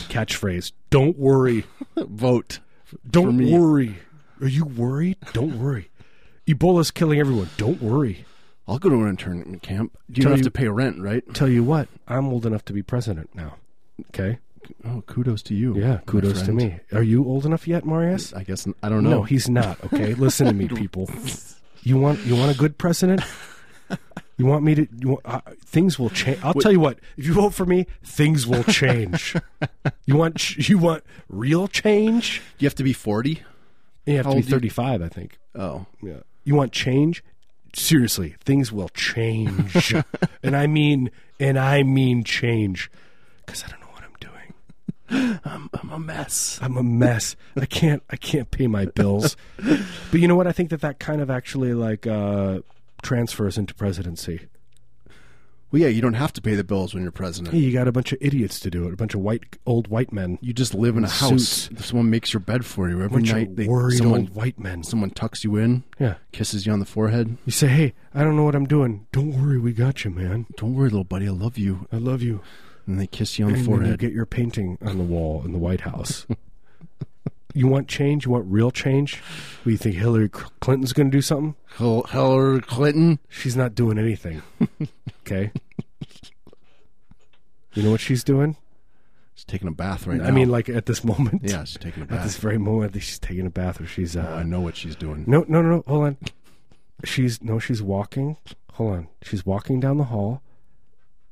Speaker 2: catchphrase? Don't worry.
Speaker 1: vote.
Speaker 2: Don't
Speaker 1: me.
Speaker 2: worry. Are you worried? Don't worry. Ebola's killing everyone. Don't worry.
Speaker 1: I'll go to an internment camp. You
Speaker 2: Tell
Speaker 1: don't have
Speaker 2: you-
Speaker 1: to pay rent, right?
Speaker 2: Tell you what, I'm old enough to be president now. Okay.
Speaker 1: Oh, kudos to you.
Speaker 2: Yeah.
Speaker 1: my
Speaker 2: Kudos to
Speaker 1: friend.
Speaker 2: me. Are you old enough yet, Marius?
Speaker 1: I guess I don't know.
Speaker 2: No, he's not. Okay. Listen to me, people. You want you want a good president. You want me to? You want, uh, things will change. I'll tell you what. If you vote for me, things will change. you want ch- you want real change.
Speaker 1: you have to be forty.
Speaker 2: You have
Speaker 1: How
Speaker 2: to be
Speaker 1: old do you-
Speaker 2: 35, I think.
Speaker 1: Oh,
Speaker 2: Yeah. You want change? Seriously, things will change. and I mean and I mean change cuz I don't know what I'm doing.
Speaker 1: I'm a mess.
Speaker 2: I'm a mess. I can't I can't pay my bills. but you know what? I think that that kind of actually like uh transfers into presidency.
Speaker 1: Well, yeah, you don't have to pay the bills when you're president.
Speaker 2: Hey, you got a bunch of idiots to do it, a bunch of white old white men.
Speaker 1: You just live in a house. Someone makes your bed for you
Speaker 2: A
Speaker 1: every
Speaker 2: bunch
Speaker 1: night.
Speaker 2: of
Speaker 1: They-
Speaker 2: worried
Speaker 1: someone,
Speaker 2: old white men.
Speaker 1: someone tucks you in,
Speaker 2: Yeah.
Speaker 1: kisses you on the forehead.
Speaker 2: You say, "Hey, I don't know what I'm doing. Don't worry, we got you, man.
Speaker 1: Don't worry, little buddy, I love you.
Speaker 2: I love you."
Speaker 1: And they kiss you on the
Speaker 2: and Then you
Speaker 1: forehead.
Speaker 2: get your painting on the wall in the White House. you want change? You want real change? What, you think Hillary Cl- Clinton's going to do something?
Speaker 1: Hil- Hillary Clinton.
Speaker 2: She's not doing anything. Okay. you know what she's doing?
Speaker 1: She's taking a bath right now.
Speaker 2: I mean, like at this moment.
Speaker 1: yeah, she's taking a
Speaker 2: At this
Speaker 1: bath.
Speaker 2: very moment, I think she's taking a bath, or she's uh,
Speaker 1: Oh, I know what she's doing.
Speaker 2: No, no, no, no. Hold on. She's no, she's walking. Hold on. She's walking down the hall.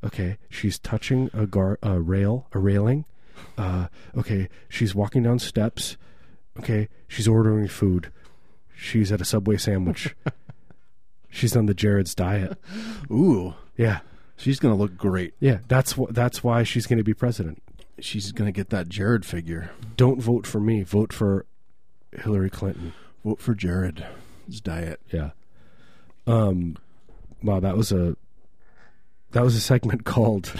Speaker 2: Okay, she's touching a gar a rail, a railing. Uh, okay, she's walking down steps. Okay, she's ordering food. She's at a Subway sandwich. she's on the Jared's diet.
Speaker 1: Ooh,
Speaker 2: Yeah,
Speaker 1: she's gonna look great.
Speaker 2: yeah. That's what. That's why she's going to be president.
Speaker 1: she's gonna get that Jared figure.
Speaker 2: Don't vote for me. Vote for Hillary Clinton.
Speaker 1: Vote for Jared. His diet.
Speaker 2: Yeah. Um. Wow, that was a that was a segment called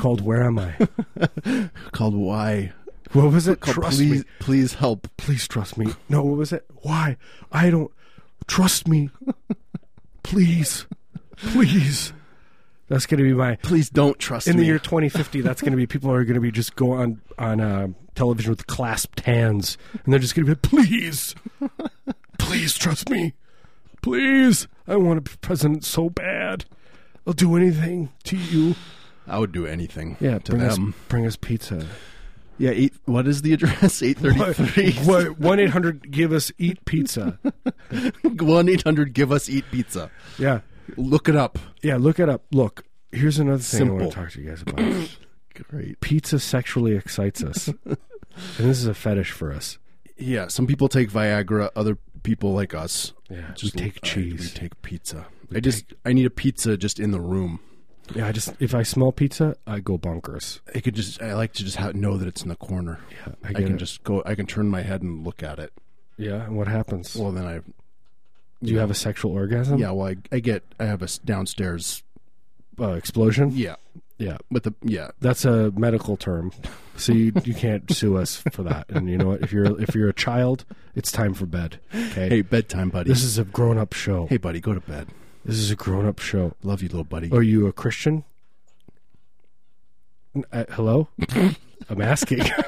Speaker 2: called Where Am I?
Speaker 1: Called why?
Speaker 2: What was it?
Speaker 1: Called
Speaker 2: Trust
Speaker 1: please,
Speaker 2: me.
Speaker 1: please help.
Speaker 2: Please trust me. No, what was it? Why? I don't trust me. Please, please. That's gonna be my
Speaker 1: Please don't trust
Speaker 2: in
Speaker 1: me.
Speaker 2: the year 2050 that's going to be people are going to be just go on on uh, television with clasped hands and they're just going to be like, please please trust me please i want to be president so bad i'll do anything to you
Speaker 1: I would do anything.
Speaker 2: yeah
Speaker 1: to
Speaker 2: bring
Speaker 1: them.
Speaker 2: us bring us pizza
Speaker 1: Yeah. Eight, what is the address? Eight thirty-three.
Speaker 2: what 1-800 give us eat pizza
Speaker 1: One eight hundred. Give us eat pizza.
Speaker 2: yeah
Speaker 1: Look it up.
Speaker 2: yeah look it up look here's another thing i want
Speaker 1: Simple.
Speaker 2: to talk to you guys about
Speaker 1: Great.
Speaker 2: pizza sexually excites us and this is a fetish for us
Speaker 1: Yeah. Some people take Viagra. Other people like us.
Speaker 2: yeah
Speaker 1: Just
Speaker 2: we take
Speaker 1: I-
Speaker 2: cheese
Speaker 1: We take pizza. I just I need a pizza just in the room.
Speaker 2: Yeah, I just if I smell pizza, I go bonkers.
Speaker 1: I could just I like to just ha- know that it's in the corner. Yeah, I,
Speaker 2: get
Speaker 1: can
Speaker 2: it.
Speaker 1: just go. I can turn my head and look at it.
Speaker 2: Yeah, and what happens?
Speaker 1: Well, then I
Speaker 2: Do you have a sexual orgasm?
Speaker 1: yeah. Well, I, I get I have a s- downstairs.
Speaker 2: uh, explosion.
Speaker 1: Yeah,
Speaker 2: Yeah,
Speaker 1: with the yeah.
Speaker 2: that's a medical term, so you, you can't sue us for that. And you know what? If you're if you're a child, it's time for bed. Okay,
Speaker 1: Hey, bedtime, buddy.
Speaker 2: this is a grown up show.
Speaker 1: hey, buddy, go to bed.
Speaker 2: This is a grown up show.
Speaker 1: Love you, little buddy.
Speaker 2: Are you a Christian? N- Uh, hello, I'm asking. Are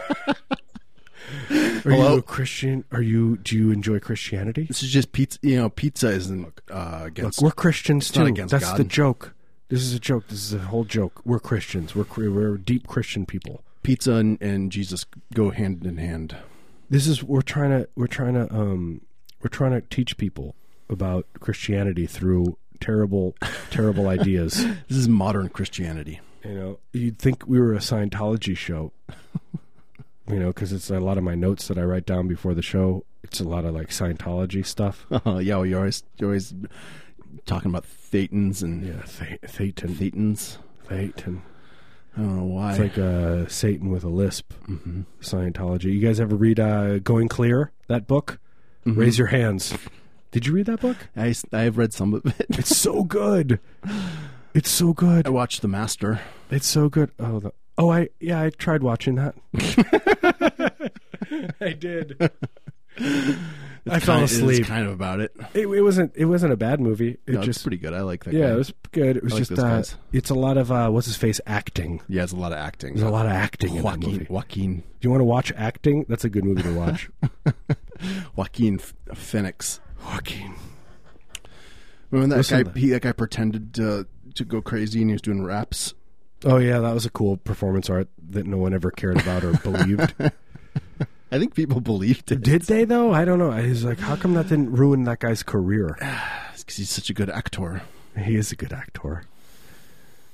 Speaker 1: Hello?
Speaker 2: you a Christian? Are you? Do you enjoy Christianity?
Speaker 1: This is just pizza. You know, pizza isn't uh, against.
Speaker 2: Look, we're Christians
Speaker 1: not
Speaker 2: too.
Speaker 1: against
Speaker 2: That's
Speaker 1: God.
Speaker 2: the joke. This is a joke. This is a whole joke. We're Christians. We're cre- we're deep Christian people.
Speaker 1: pizza and, and Jesus go hand in hand.
Speaker 2: This is we're trying to we're trying to um we're trying to teach people about Christianity through terrible terrible ideas.
Speaker 1: This is modern Christianity.
Speaker 2: You know, you'd think we were a Scientology show. You know, because it's a lot of my notes that I write down before the show. It's a lot of like Scientology stuff.
Speaker 1: Uh, yeah, well, you're always you're always talking about thetans and
Speaker 2: Yeah, Th- Thetan,
Speaker 1: thetans.
Speaker 2: Thetan.
Speaker 1: I don't know why.
Speaker 2: It's like uh, Satan with a lisp. Scientology. You guys ever read uh, Going Clear? That book. Raise your hands. Did you read that book?
Speaker 1: I s- I've read some of it.
Speaker 2: It's so good. It's so good.
Speaker 1: I watched The Master.
Speaker 2: It's so good. Oh, the, oh, I yeah, I tried watching that. I did. I fell
Speaker 1: Kinda is
Speaker 2: asleep.
Speaker 1: kind of about it.
Speaker 2: It, it wasn't. It wasn't a bad movie. It
Speaker 1: No, it's
Speaker 2: just.
Speaker 1: pretty good. I like that.
Speaker 2: yeah,
Speaker 1: guy.
Speaker 2: it was good. It was
Speaker 1: like
Speaker 2: just.
Speaker 1: those
Speaker 2: Uh,
Speaker 1: guys.
Speaker 2: it's a lot of uh, what's his face acting.
Speaker 1: yeah, it's a lot of acting.
Speaker 2: There's a lot of acting in that
Speaker 1: Joaquin,
Speaker 2: movie.
Speaker 1: Joaquin,
Speaker 2: Do you want to watch acting? That's a good movie to watch.
Speaker 1: Joaquin F- Phoenix.
Speaker 2: Joaquin.
Speaker 1: Remember that
Speaker 2: Listen
Speaker 1: guy?
Speaker 2: to-
Speaker 1: He that guy pretended to to go crazy and he was doing raps.
Speaker 2: Oh yeah, that was a cool performance art that no one ever cared about or believed.
Speaker 1: I think people believed it
Speaker 2: Did they though? I don't know. I was like, how come that didn't ruin that guy's career?
Speaker 1: because he's such a good actor.
Speaker 2: He is a good actor.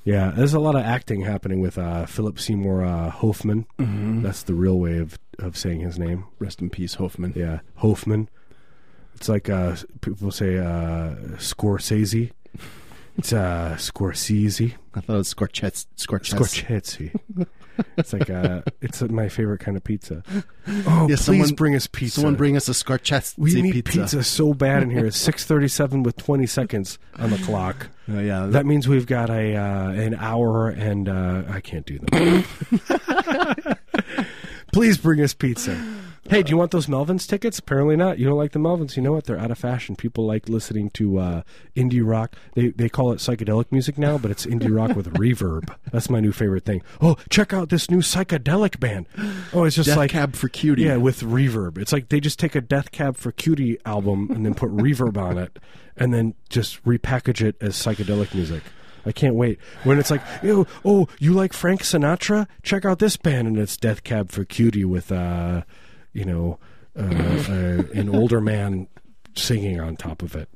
Speaker 2: Yeah, there's a lot of acting happening with uh, Philip Seymour uh, Hoffman. That's the real way of, of saying his name.
Speaker 1: Rest in peace, Hoffman.
Speaker 2: Yeah, Hoffman. It's like uh, s- people say uh, Scorsese. It's uh, Scorsese.
Speaker 1: I thought it was Scorchets. Scorchets.
Speaker 2: Scorsese. it's like uh, it's uh, my favorite kind of pizza. Oh,
Speaker 1: Yeah,
Speaker 2: please
Speaker 1: someone-
Speaker 2: bring us pizza.
Speaker 1: Someone bring us a Scorchets
Speaker 2: we need
Speaker 1: pizza.
Speaker 2: pizza. so bad in here. It's six thirty-seven with twenty seconds on the clock.
Speaker 1: Oh, yeah,
Speaker 2: That means we've got a uh, an hour, and uh, I can't do them. Please bring us pizza. Hey, do you want those Melvins tickets? Apparently not. You don't like the Melvins. You know what? They're out of fashion. People like listening to uh, indie rock. They they call it psychedelic music now, but it's indie rock with reverb. That's my new favorite thing. Oh, check out this new psychedelic band. Oh, it's just
Speaker 1: Death
Speaker 2: like
Speaker 1: Cab for Cutie.
Speaker 2: yeah, with reverb. It's like they just take a Death Cab for Cutie album and then put reverb on it and then just repackage it as psychedelic music. I can't wait. When it's like, Ew, oh, you like Frank Sinatra? Check out this band. And it's Death Cab for Cutie with, uh, you know, uh, uh, an older man singing on top of it.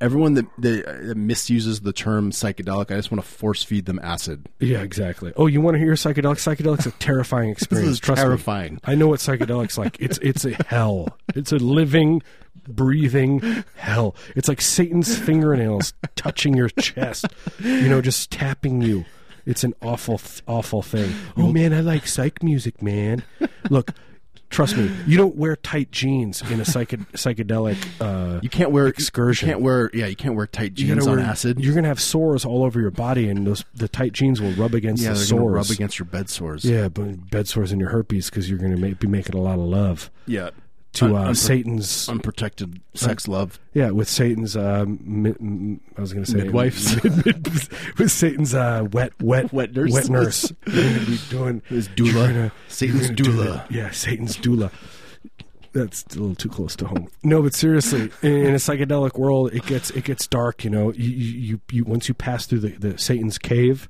Speaker 1: Everyone that, that uh, misuses the term psychedelic, I just want to force feed them acid.
Speaker 2: Yeah, exactly. Oh, you want to hear psychedelic? Psychedelic's a terrifying experience.
Speaker 1: is
Speaker 2: Trust me.
Speaker 1: terrifying.
Speaker 2: I know what psychedelics like. It's it's a hell. It's a living, breathing hell. It's like Satan's fingernails touching your chest. You know, just tapping you. It's an awful, th- awful thing. Oh man, I like psych music, man. Look, trust me, you don't wear tight jeans in a psychod- psychedelic. Uh,
Speaker 1: You can't wear
Speaker 2: Excursion.
Speaker 1: You can't wear yeah. You can't wear tight
Speaker 2: you gotta
Speaker 1: jeans on
Speaker 2: wear-
Speaker 1: acid.
Speaker 2: You're gonna have sores all over your body, and those the tight jeans will rub against
Speaker 1: yeah,
Speaker 2: the
Speaker 1: they're
Speaker 2: sores.
Speaker 1: gonna rub against your bed sores.
Speaker 2: yeah, but bed sores and your herpes because you're gonna ma- be making a lot of love
Speaker 1: yeah.
Speaker 2: to
Speaker 1: Un-
Speaker 2: uh,
Speaker 1: unpro-
Speaker 2: Satan's.
Speaker 1: um, unprotected sex love.
Speaker 2: yeah, with Satan's. Um, mi- m- I was gonna say
Speaker 1: Midwives.
Speaker 2: with Satan's uh, wet, wet,
Speaker 1: Wet nurse.
Speaker 2: Wet nurse. you're gonna be doing
Speaker 1: His
Speaker 2: you're
Speaker 1: doula.
Speaker 2: gonna-
Speaker 1: Satan's
Speaker 2: you're gonna do
Speaker 1: doula.
Speaker 2: it. yeah, Satan's doula. That's a little too close to home. No, but seriously, in, in a psychedelic world, it gets it gets dark. You know, you you, you, you once you pass through the, the Satan's cave,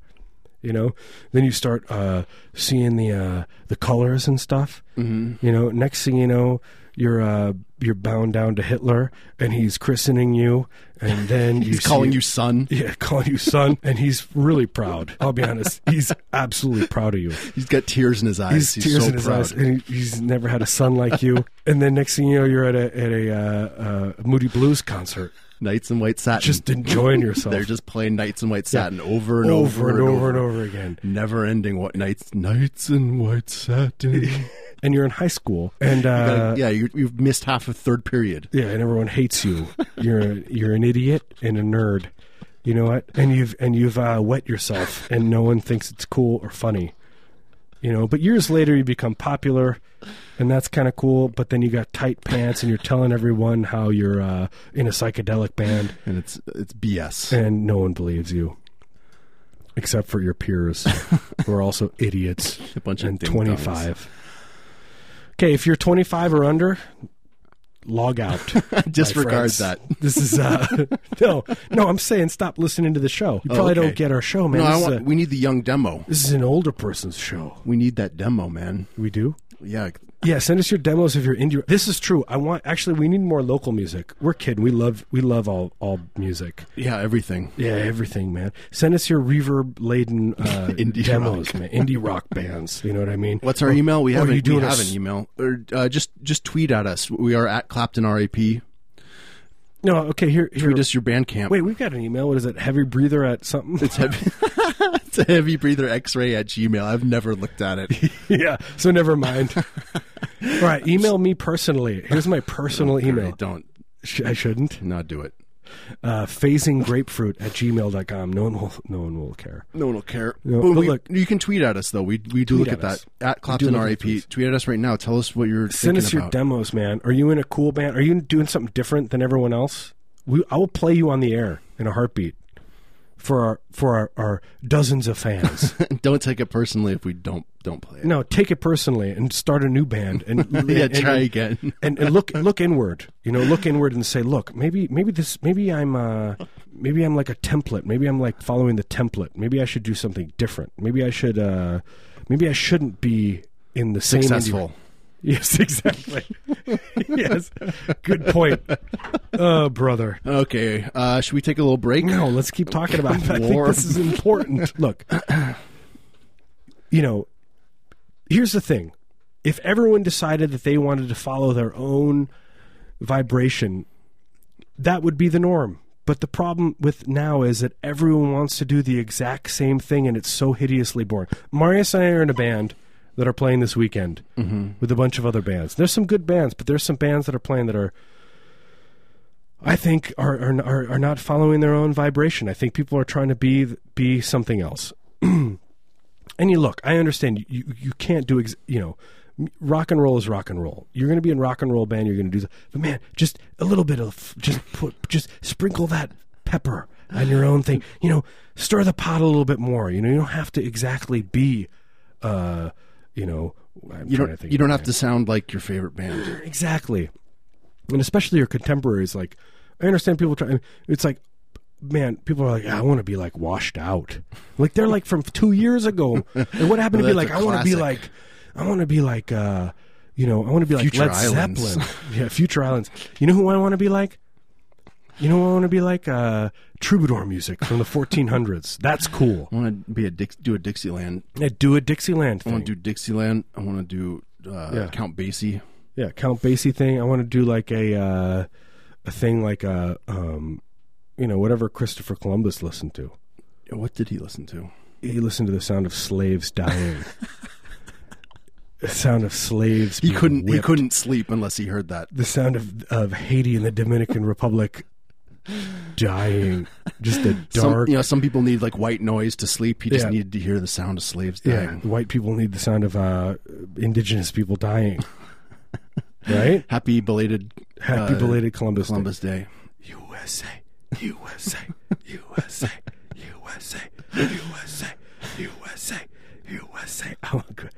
Speaker 2: you know, then you start uh, seeing the uh, the colors and stuff. Mm-hmm. You know, next thing you know, you're uh, you're bound down to Hitler, and he's christening you, and then
Speaker 1: He's calling you son.
Speaker 2: yeah, calling you son, and he's really proud. I'll be honest, he's absolutely proud of you
Speaker 1: He's got tears in his eyes. He's,
Speaker 2: he's, tears
Speaker 1: so
Speaker 2: in his
Speaker 1: proud.
Speaker 2: eyes, and he, he's never had a son like you. and then next thing you know, you're at a at a uh, uh, Moody Blues concert,
Speaker 1: Knights in white satin.
Speaker 2: just enjoying yourself
Speaker 1: Mm-hmm. They're just playing Knights in White
Speaker 2: Yeah.
Speaker 1: Satin over and over,
Speaker 2: and over and over again.
Speaker 1: Never ending what nights nights in white satin.
Speaker 2: Uh, And you're in high school, and uh, yeah.
Speaker 1: yeah, you, you've missed half of third period.
Speaker 2: and everyone hates you. You're a, you're an idiot and a nerd. You know what? And you've and you've uh, wet yourself, and no one thinks it's cool or funny. You know, but years later you become popular, and that's kind of cool. But then you got tight pants, and you're telling everyone how you're uh, in a psychedelic band.
Speaker 1: And it's it's BS.
Speaker 2: and no one believes you except for your peers who are also idiots
Speaker 1: A bunch of
Speaker 2: and
Speaker 1: ding-dongs.
Speaker 2: 25 okay if you're 25 or under log out my
Speaker 1: Disregard
Speaker 2: friends.
Speaker 1: that.
Speaker 2: this is uh no no i'm saying stop listening to the show you probably
Speaker 1: Oh, okay.
Speaker 2: don't get our show man
Speaker 1: no,
Speaker 2: this,
Speaker 1: I
Speaker 2: is
Speaker 1: want,
Speaker 2: a-
Speaker 1: we need the young demo.
Speaker 2: this is an older person's show
Speaker 1: We need that demo, man.
Speaker 2: we do
Speaker 1: Yeah,
Speaker 2: yeah send us your demos if you're indie this is true i want actually we need more local music we're kidding we love we love all all music
Speaker 1: yeah, everything.
Speaker 2: Yeah, everything, man. Send us your reverb laden uh,
Speaker 1: Indie
Speaker 2: demos,
Speaker 1: rock.
Speaker 2: man. Indie rock bands. You know what I mean?
Speaker 1: What's our email? We
Speaker 2: or
Speaker 1: have
Speaker 2: you
Speaker 1: an,
Speaker 2: doing
Speaker 1: we
Speaker 2: a
Speaker 1: have
Speaker 2: s-
Speaker 1: an email, or uh, just just tweet at us. We are at Clapton RAP. Tweet
Speaker 2: No, okay. Here, here.
Speaker 1: us your Bandcamp.
Speaker 2: Wait, we've got an email. What is it? Heavy breather at something.
Speaker 1: It's heavy. it's a heavy breather X-ray at Gmail. I've never looked at it.
Speaker 2: yeah. So never mind. All right. Email me personally. Here's my personal
Speaker 1: I
Speaker 2: email.
Speaker 1: don't
Speaker 2: Sh- I shouldn't.
Speaker 1: not do it.
Speaker 2: Uh, phasinggrapefruit at gmail.com. No one will. No one will care.
Speaker 1: No one will care.
Speaker 2: No,
Speaker 1: But
Speaker 2: but
Speaker 1: we-
Speaker 2: look-
Speaker 1: you can tweet at us though. We we do
Speaker 2: Tweet
Speaker 1: look at,
Speaker 2: at us.
Speaker 1: that at Clapton
Speaker 2: look at
Speaker 1: RAP.
Speaker 2: tweets.
Speaker 1: Tweet at us right now. Tell us what you're
Speaker 2: Send
Speaker 1: thinking
Speaker 2: us your
Speaker 1: about.
Speaker 2: demos, man. Are you in a cool band? Are you doing something different than everyone else? We, I will play you on the air in a heartbeat for our for our, our dozens of fans.
Speaker 1: don't take it personally if we don't don't play it.
Speaker 2: no, take it personally and start a new band and
Speaker 1: yeah,
Speaker 2: and-
Speaker 1: try
Speaker 2: and,
Speaker 1: again.
Speaker 2: and, and look look inward. You know, look inward and say, look, maybe maybe this maybe I'm uh, maybe I'm like a template. Maybe I'm like following the template. Maybe I should do something different. Maybe I should uh, maybe I shouldn't be in the same indie-
Speaker 1: Successful.
Speaker 2: Yes, exactly. yes, good point. Oh, brother.
Speaker 1: Okay. Uh, should we take a little break?
Speaker 2: No, let's keep talking about it. I think
Speaker 1: War.
Speaker 2: this is important. Look, you know, here's the thing: if everyone decided that they wanted to follow their own vibration, that would be the norm. But the problem with now is that everyone wants to do the exact same thing, and it's so hideously boring. Marius and I are in a band that are playing this weekend with a bunch of other bands. There's some good bands, but there's some bands that are playing that are, I think, are are, are, are not following their own vibration. I think people are trying to be be something else. and you look, I understand you you can't do ex- you know. m- Rock and roll is rock and roll. You're going to be in rock and roll band. You're going to do that, but man, just a little bit of just put just sprinkle that pepper on your own thing. You know, stir the pot a little bit more. You know, you don't have to exactly be, uh, you know, I'm
Speaker 1: You
Speaker 2: trying to
Speaker 1: don't.
Speaker 2: think
Speaker 1: You
Speaker 2: of
Speaker 1: don't
Speaker 2: a
Speaker 1: have to sound like your favorite band.
Speaker 2: Exactly. And especially your contemporaries, like I understand people try. It's like, man, people are like, I want to be like washed out. Like they're like from two years ago. And what happened to be
Speaker 1: That's
Speaker 2: like?
Speaker 1: a
Speaker 2: I want to be
Speaker 1: classic.
Speaker 2: like, I want to be like, uh, you know, I want to be like
Speaker 1: Future
Speaker 2: Led
Speaker 1: Islands.
Speaker 2: Zeppelin. yeah, Future Islands. You know who I want to be like? You know, who I want to be like uh, troubadour music from the 1400s. That's cool.
Speaker 1: I want to be a Dix, do a Dixieland.
Speaker 2: Yeah, do a Dixieland
Speaker 1: I
Speaker 2: thing.
Speaker 1: want to do Dixieland. I want to do uh,
Speaker 2: Yeah.
Speaker 1: Count Basie.
Speaker 2: yeah count basie thing i want to do like a uh a thing like uh, a um you know whatever christopher columbus listened to
Speaker 1: What did he listen to?
Speaker 2: he listened to the sound of slaves dying. the sound of slaves.
Speaker 1: He
Speaker 2: being
Speaker 1: couldn't. He
Speaker 2: whipped.
Speaker 1: couldn't sleep unless he heard that.
Speaker 2: The sound of of Haiti and the Dominican Republic dying. Just the
Speaker 1: Some,
Speaker 2: dark.
Speaker 1: you know, some people need like white noise to sleep. He just
Speaker 2: Yeah.
Speaker 1: needed to hear the sound of slaves
Speaker 2: yeah,
Speaker 1: dying.
Speaker 2: white people need the sound of uh, indigenous people dying. right?
Speaker 1: Happy belated
Speaker 2: Happy
Speaker 1: uh,
Speaker 2: belated Columbus. Day.
Speaker 1: Columbus Day.
Speaker 2: USA, USA, USA, USA, USA, USA, USA. Oh, good.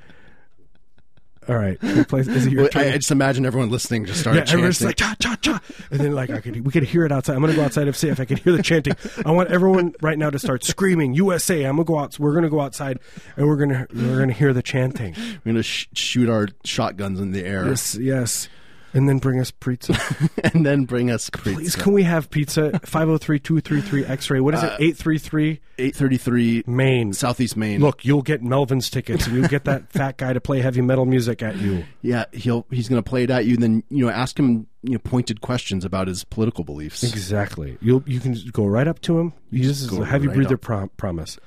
Speaker 2: All right. Replace, is it your
Speaker 1: Well, I, I
Speaker 2: turn?
Speaker 1: just imagine everyone listening just started
Speaker 2: Yeah, everyone's
Speaker 1: chanting.
Speaker 2: like cha cha cha, and then like I could we could hear it outside. I'm gonna go outside and see if I can hear the chanting. I want everyone right now to start screaming USA. I'm gonna go out. We're gonna go outside and we're gonna we're gonna hear the chanting.
Speaker 1: We're gonna sh- shoot our shotguns in the air
Speaker 2: Yes, yes, and then bring us pizza.
Speaker 1: and then bring us
Speaker 2: Please, can we have pizza? 503-233 X-ray. What is
Speaker 1: Uh,
Speaker 2: it? Eight three three.
Speaker 1: Eight thirty-three
Speaker 2: Maine.
Speaker 1: Southeast Maine.
Speaker 2: Look, you'll get Melvin's tickets. and You'll get that fat guy to play heavy metal music at you.
Speaker 1: yeah, he'll he's gonna play it at you. Then you know, ask him you know pointed questions about his political beliefs.
Speaker 2: Exactly. You'll you can just go right up to him. You just this is
Speaker 1: Go
Speaker 2: a heavy
Speaker 1: right
Speaker 2: breather
Speaker 1: up.
Speaker 2: prom- promise.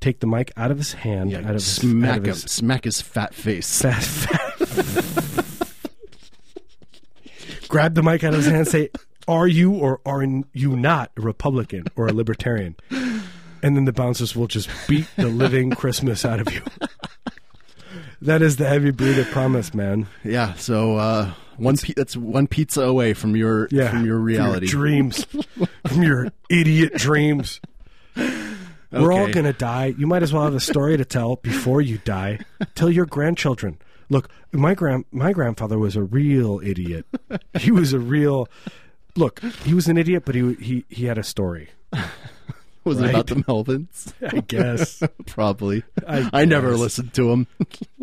Speaker 2: Take the mic out of his hand.
Speaker 1: Yeah,
Speaker 2: out of
Speaker 1: smack
Speaker 2: his, out of
Speaker 1: him,
Speaker 2: his
Speaker 1: smack his fat face.
Speaker 2: fat, fat. Grab the mic out of his hand. Say, "Are you or are you not a Republican or a Libertarian?" And then the bouncers will just beat the living Christmas out of you. That is the heavy breather promise, man.
Speaker 1: Yeah, so uh, one pi- that's one pizza away from your
Speaker 2: yeah,
Speaker 1: from your reality.
Speaker 2: from your dreams, from your idiot dreams. We're all
Speaker 1: Okay.
Speaker 2: gonna die. You might as well have a story to tell before you die. Tell your grandchildren. Look, my grand my grandfather was a real idiot. He was a real look. He was an idiot, but he he he had a story.
Speaker 1: Was it about the
Speaker 2: Right.
Speaker 1: Melvins?
Speaker 2: I guess.
Speaker 1: Probably.
Speaker 2: I
Speaker 1: I never
Speaker 2: guess.
Speaker 1: listened to him.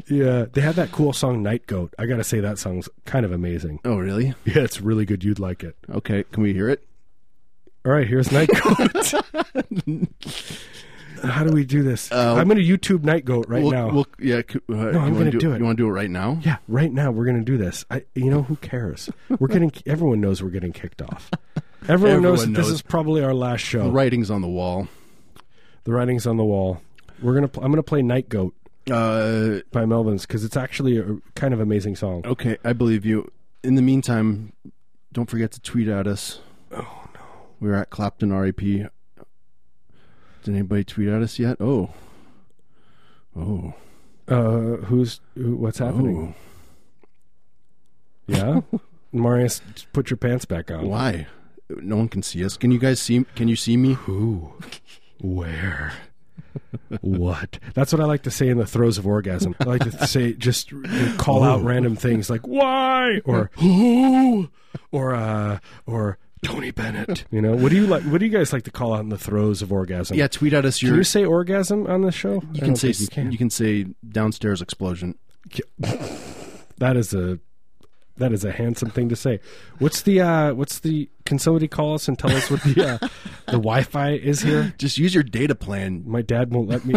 Speaker 2: yeah, they had that cool song "Night Goat." I gotta say that song's kind of amazing.
Speaker 1: oh, really?
Speaker 2: Yeah, it's really good. You'd like it.
Speaker 1: Okay, can we hear it?
Speaker 2: All right, here's Night Goat. How do we do this? I'm going to YouTube Night Goat right
Speaker 1: Uh, we'll,
Speaker 2: now.
Speaker 1: we'll- yeah, c- uh, you
Speaker 2: I'm
Speaker 1: wanna
Speaker 2: gonna do it.
Speaker 1: You want to do it right now?
Speaker 2: yeah, right now we're going to do this. I, you know, who cares? We're getting. Everyone knows we're getting kicked off. Everyone, knows that
Speaker 1: Everyone
Speaker 2: this
Speaker 1: knows.
Speaker 2: is probably our last show.
Speaker 1: The writing's on the wall.
Speaker 2: The writing's on the wall. We're gonna. Pl- I'm going to play Night Goat
Speaker 1: Uh,
Speaker 2: by Melvins because it's actually a kind of amazing song.
Speaker 1: okay, I believe you. In the meantime, don't forget to tweet at us. Oh no, we're at Clapton RAP. Did anybody tweet at us yet? Oh, oh,
Speaker 2: Uh, who's who, what's happening?
Speaker 1: oh.
Speaker 2: Yeah, Marius, put your pants back on.
Speaker 1: Why? No one can see us. Can you guys see? Can you see me?
Speaker 2: Who? Where? what? That's what I like to say in the throes of orgasm. I like to say just call out random things like why or who or uh or Tony Bennett. You know, what do you like what do you guys like to call out in the throes of orgasm?
Speaker 1: Yeah, tweet at us.
Speaker 2: Do
Speaker 1: Your
Speaker 2: you say orgasm on this show?
Speaker 1: you can say you can. say downstairs explosion.
Speaker 2: That is a that is a handsome thing to say. What's the uh what's the can somebody call us and tell us what the uh, the Wi-Fi is here?
Speaker 1: Just use your data plan.
Speaker 2: My dad won't let me.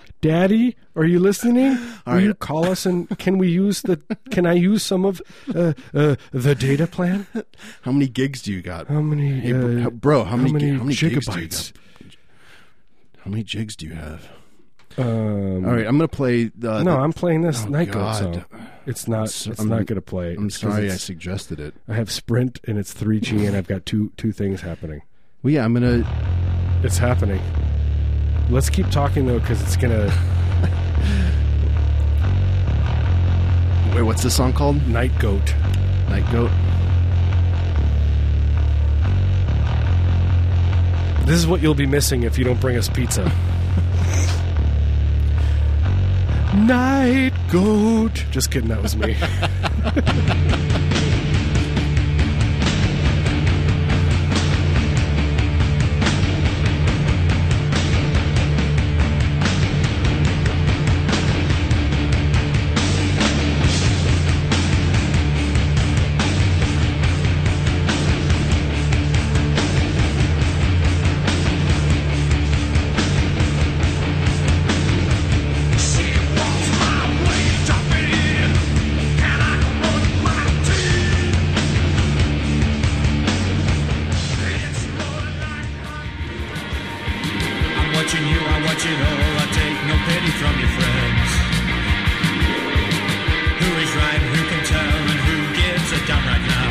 Speaker 2: Daddy, are you listening? Will
Speaker 1: right.
Speaker 2: you call us and can we use the? Can I use some of uh, uh, the data plan?
Speaker 1: How many gigs do you got?
Speaker 2: How many,
Speaker 1: Hey,
Speaker 2: uh,
Speaker 1: bro, how- bro, how many,
Speaker 2: how
Speaker 1: gi-
Speaker 2: many
Speaker 1: how many gigs do you
Speaker 2: gigabytes?
Speaker 1: got? How many jigs do you have?
Speaker 2: Um,
Speaker 1: All right, I'm gonna play the.
Speaker 2: no,
Speaker 1: the-
Speaker 2: I'm playing this
Speaker 1: Oh,
Speaker 2: night goat
Speaker 1: God.
Speaker 2: song. It's not.
Speaker 1: so-
Speaker 2: it's
Speaker 1: I'm-
Speaker 2: not going to play.
Speaker 1: I'm
Speaker 2: It's 'cause
Speaker 1: sorry I
Speaker 2: it's-
Speaker 1: suggested it.
Speaker 2: I have Sprint and it's 3G and I've got two two things happening.
Speaker 1: Well, yeah, I'm gonna.
Speaker 2: It's happening. Let's keep talking though because it's gonna
Speaker 1: Wait, what's this song called?
Speaker 2: night goat.
Speaker 1: Night Goat.
Speaker 2: This is what you'll be missing if you don't bring us pizza. Night goat. Just kidding, that was me.
Speaker 4: She walks my way, dropping in, and I hold my teeth. watching you, I watch it all. I take no pity from your friends. Who is right, who can tell, and who gives a damn right now?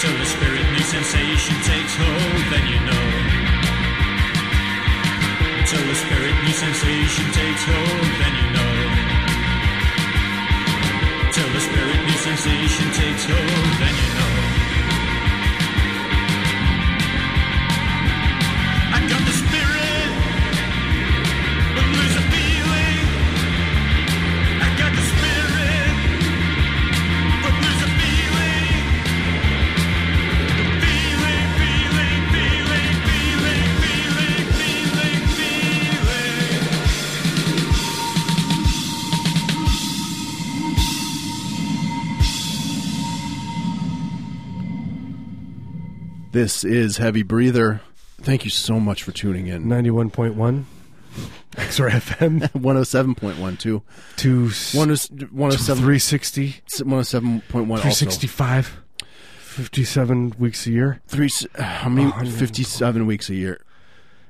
Speaker 4: Till the spirit new sensation takes hold, then you know. Till the spirit new sensation takes hold, then you know. Till the spirit new sensation takes hold, then you know. I got the spirit, but lose the feeling. I got the spirit, but lose the feeling. Feeling, feeling, feeling, feeling, feeling, feeling, feeling.
Speaker 1: This is Heavy Breather. Thank you so much for tuning in.
Speaker 2: 91.1 XR FM
Speaker 1: 107.1 too.
Speaker 2: to
Speaker 1: One oh is- 107
Speaker 2: 360,
Speaker 1: 107.1 also.
Speaker 2: 365, 57 weeks a year.
Speaker 1: Three, s- I mean, 57 weeks a year.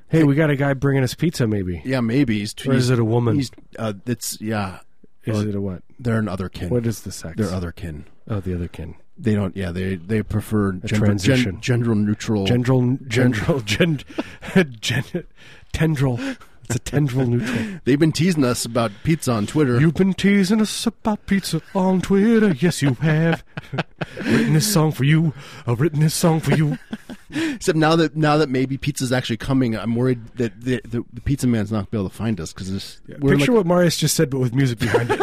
Speaker 2: Hey, we got a guy bringing us pizza, maybe.
Speaker 1: Yeah, maybe he's. Two,
Speaker 2: Or is it a woman?
Speaker 1: He's. Uh, it's yeah.
Speaker 2: Is it a what?
Speaker 1: They're an other kin.
Speaker 2: What is the sex?
Speaker 1: They're other kin.
Speaker 2: oh, the other kin.
Speaker 1: They don't. Yeah, they they prefer gender,
Speaker 2: transition.
Speaker 1: gender neutral.
Speaker 2: Gendril, gendril, gen, gen, tendril. It's a tendril neutral.
Speaker 1: They've been teasing us about pizza on Twitter.
Speaker 2: You've been teasing us about pizza on Twitter. Yes, you have. written this song for you. I've written this song for you.
Speaker 1: Except now that now that maybe pizza's actually coming, I'm worried that the, the, the pizza man's not gonna be able to find us because we're in,
Speaker 2: Picture
Speaker 1: like,
Speaker 2: what Marius just said, but with music behind it.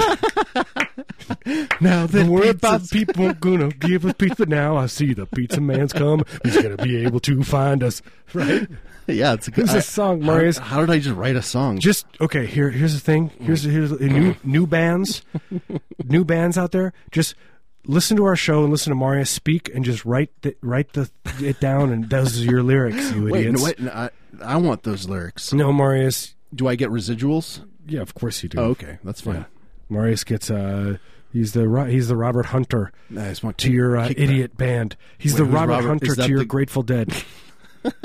Speaker 1: now that
Speaker 2: Don't worry about
Speaker 1: pizza's-
Speaker 2: people gonna give us pizza now. I see the pizza man's come. He's gonna be able to find us, right?
Speaker 1: Yeah, it's a good
Speaker 2: Who's
Speaker 1: I-
Speaker 2: this song,
Speaker 1: how-
Speaker 2: Marius?
Speaker 1: How, did I just write a song?
Speaker 2: Just okay. Here, here's the thing. Here's here's uh, new new bands, new bands out there. Just listen to our show and listen to Marius speak, and just write the, write the it down, and those are your lyrics. You
Speaker 1: wait,
Speaker 2: idiots.
Speaker 1: no, wait. No, I, I want those lyrics.
Speaker 2: No, Marius.
Speaker 1: Do I get residuals?
Speaker 2: Yeah, of course you do.
Speaker 1: Oh, okay, that's fine.
Speaker 2: Marius gets uh, he's the Ro- he's the Robert Hunter
Speaker 1: I just want
Speaker 2: to your uh,
Speaker 1: kickback.
Speaker 2: idiot band. He's
Speaker 1: Wait,
Speaker 2: the
Speaker 1: who's
Speaker 2: Robert,
Speaker 1: Robert?
Speaker 2: Hunter
Speaker 1: Is
Speaker 2: to
Speaker 1: that
Speaker 2: your
Speaker 1: the-
Speaker 2: Grateful Dead.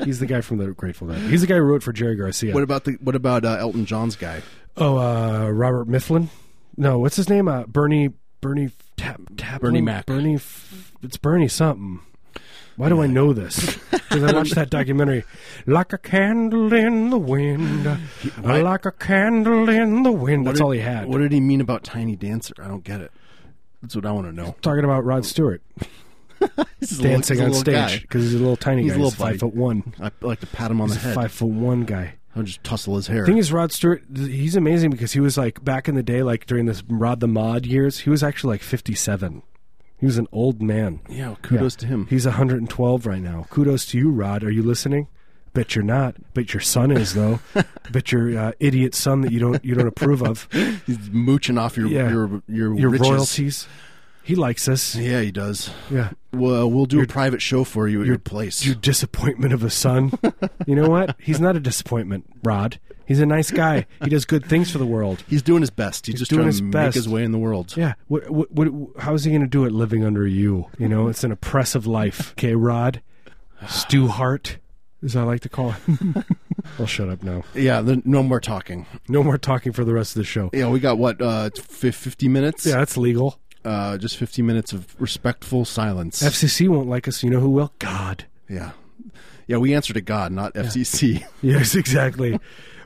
Speaker 2: He's the guy from the Grateful Dead. He's the guy who wrote for Jerry Garcia.
Speaker 1: What about the what about uh, Elton John's guy?
Speaker 2: oh, uh, Robert Mifflin. No, what's his name? Uh, Bernie Bernie Tap Tap
Speaker 1: Bernie Mac.
Speaker 2: Bernie. F- it's Bernie something. Why do I know this? Because I watched that documentary, like a candle in the wind, like a candle in the wind. That's
Speaker 1: What did-
Speaker 2: all he had.
Speaker 1: What did he mean about Tiny Dancer? I don't get it. That's what I want to know.
Speaker 2: Talking about Rod Stewart
Speaker 1: He's a little-
Speaker 2: dancing
Speaker 1: he's a
Speaker 2: on
Speaker 1: little
Speaker 2: stage because he's a little tiny
Speaker 1: He's
Speaker 2: guy.
Speaker 1: a little
Speaker 2: he's five
Speaker 1: buddy.
Speaker 2: foot one.
Speaker 1: guy. I like to pat him on the
Speaker 2: He's a
Speaker 1: head.
Speaker 2: five foot one guy.
Speaker 1: I'll just tussle his hair.
Speaker 2: Thing is, Rod Stewart, th- he's amazing because he was like back in the day, like during this Rod the Mod years, he was actually like 57. He was an old man.
Speaker 1: yeah, well, kudos to him.
Speaker 2: He's 112 right now. Kudos to you, Rod. Are you listening? Bet you're not. Bet your son is though. Bet your uh, idiot son that you don't you don't approve of
Speaker 1: He's mooching off your
Speaker 2: Yeah.
Speaker 1: your your,
Speaker 2: your
Speaker 1: riches.
Speaker 2: royalties. He likes us.
Speaker 1: Yeah, he does.
Speaker 2: Yeah.
Speaker 1: Well, we'll do a private show for you at your, place.
Speaker 2: Your disappointment of a son. You know what? He's not a disappointment, Rod. He's a nice guy. He does good things for the world.
Speaker 1: he's doing his best. He's, just
Speaker 2: doing
Speaker 1: trying
Speaker 2: his
Speaker 1: to make
Speaker 2: best.
Speaker 1: his way in the world.
Speaker 2: Yeah. What, what, what, how is he going to do it living under you? You know, it's an oppressive life. Okay, Rod. Stu Hart, as I like to call him. I'll shut up now.
Speaker 1: Yeah, the, no more talking.
Speaker 2: No more talking for the rest of the show.
Speaker 1: Yeah, we got what uh, fif- fifty minutes.
Speaker 2: Yeah, that's legal.
Speaker 1: uh, just fifty minutes of respectful silence.
Speaker 2: FCC won't like us. You know who will? God.
Speaker 1: yeah, yeah. We answer to God, not FCC.
Speaker 2: Yes, exactly.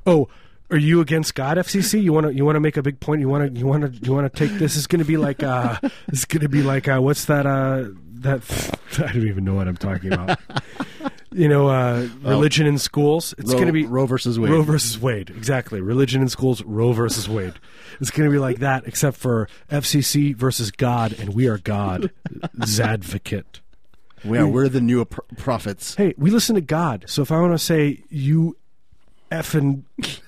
Speaker 2: oh, are you against God, FCC? You want to you want to make a big point? You want to you want to you want to take this is going to be like uh this is going to be like uh what's that uh that I don't even know what I'm talking about. you know, uh religion in schools. It's
Speaker 1: Roe-
Speaker 2: going to be
Speaker 1: Roe versus Wade.
Speaker 2: Roe versus Wade. Exactly. Religion in schools, Roe versus Wade. It's going to be like that except for FCC versus God and we are God. Zadvocate.
Speaker 1: yeah, we're the new pro- prophets.
Speaker 2: hey, we listen to God. So if I want to say you f and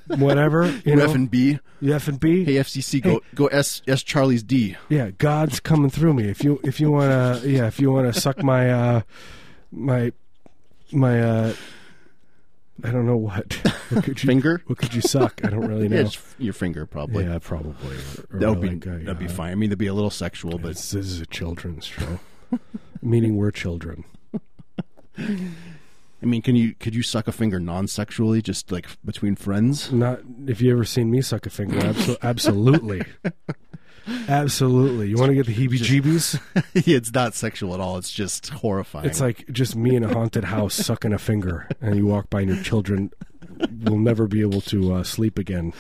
Speaker 2: whatever, you
Speaker 1: You
Speaker 2: know,
Speaker 1: F and B.
Speaker 2: you f and b,
Speaker 1: Hey FCC, go go S S Charlie's D.
Speaker 2: yeah, God's coming through me. If you if you wanna, yeah, if you wanna suck my uh, my my uh, I don't know what. What could you
Speaker 1: Finger?
Speaker 2: What could you suck? I don't really know.
Speaker 1: Yeah,
Speaker 2: Yeah,
Speaker 1: just your finger probably.
Speaker 2: probably. or- or
Speaker 1: That would be
Speaker 2: like, uh,
Speaker 1: that'd be
Speaker 2: yeah.
Speaker 1: fine. I mean, that'd be a little sexual, but
Speaker 2: This, this is a children's show, meaning we're children.
Speaker 1: I mean, can you could you suck a finger non-sexually, just like between friends?
Speaker 2: Not if you ever seen me suck a finger. Abso- absolutely, absolutely. You want to get the heebie-jeebies?
Speaker 1: it's not sexual at all. It's just horrifying.
Speaker 2: It's like just me in a haunted house sucking a finger, and you walk by, and your children will never be able to uh, sleep again.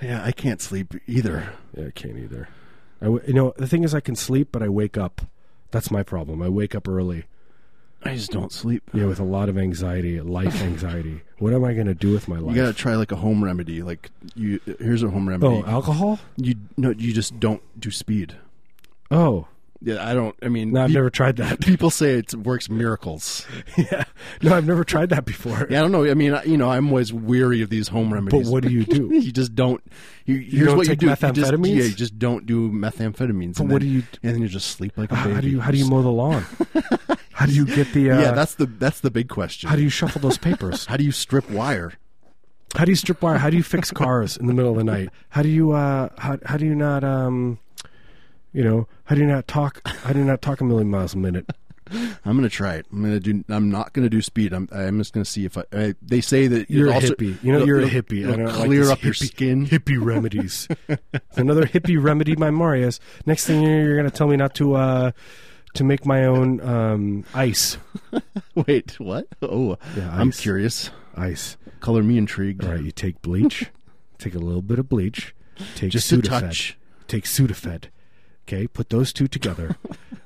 Speaker 1: yeah, I can't sleep either.
Speaker 2: Yeah, I can't either. I w- you know the thing is, I can sleep, but I wake up. That's my problem. I wake up early.
Speaker 1: I just don't sleep.
Speaker 2: Yeah, with a lot of anxiety, life anxiety. What am I going to do with my life?
Speaker 1: You gotta try like a home remedy. Like you, here's a home remedy.
Speaker 2: oh, alcohol?
Speaker 1: you no, you just don't do speed.
Speaker 2: Oh,
Speaker 1: Yeah, I don't. I mean,
Speaker 2: no, I've
Speaker 1: pe-
Speaker 2: never tried that.
Speaker 1: People say it works miracles.
Speaker 2: yeah, no, I've never tried that before.
Speaker 1: Yeah, I don't know. I mean, I- you know, I'm always weary of these home remedies.
Speaker 2: But what do you do?
Speaker 1: you just don't. You, here's
Speaker 2: don't
Speaker 1: what
Speaker 2: take
Speaker 1: you do. You
Speaker 2: methamphetamines?
Speaker 1: just, yeah, you just don't do methamphetamines.
Speaker 2: But
Speaker 1: and
Speaker 2: what
Speaker 1: then-
Speaker 2: do you-
Speaker 1: And then you just sleep like a baby.
Speaker 2: How do you how do you mow the lawn? how do you get the uh,
Speaker 1: yeah, that's the that's the big question.
Speaker 2: how do you shuffle those papers?
Speaker 1: how do you strip wire?
Speaker 2: how do you strip wire? How do you fix cars in the middle of the night? How do you uh how how do you not um you know how do you not talk how do you not talk a million miles a minute?
Speaker 1: I'm gonna try it. I'm gonna do. I'm not gonna do speed. I'm. I'm just gonna see if I. I they say that it
Speaker 2: You're a
Speaker 1: also-
Speaker 2: hippie. You know
Speaker 1: it'll-
Speaker 2: you're a
Speaker 1: it'll-
Speaker 2: hippie. I
Speaker 1: It'll
Speaker 2: don't like
Speaker 1: clear
Speaker 2: this
Speaker 1: up your
Speaker 2: hippie-
Speaker 1: skin.
Speaker 2: Hippie remedies. It's Another hippie remedy by Marius. Next thing you know, you're going to tell me not to uh to make my own um ice.
Speaker 1: Wait, what? Oh,
Speaker 2: Yeah,
Speaker 1: I'm
Speaker 2: ice.
Speaker 1: curious.
Speaker 2: Ice.
Speaker 1: Color me intrigued.
Speaker 2: All right, you take bleach, take a little bit of bleach, take
Speaker 1: Just a
Speaker 2: Sudafed,
Speaker 1: touch.
Speaker 2: take Sudafed. Okay, put those two together,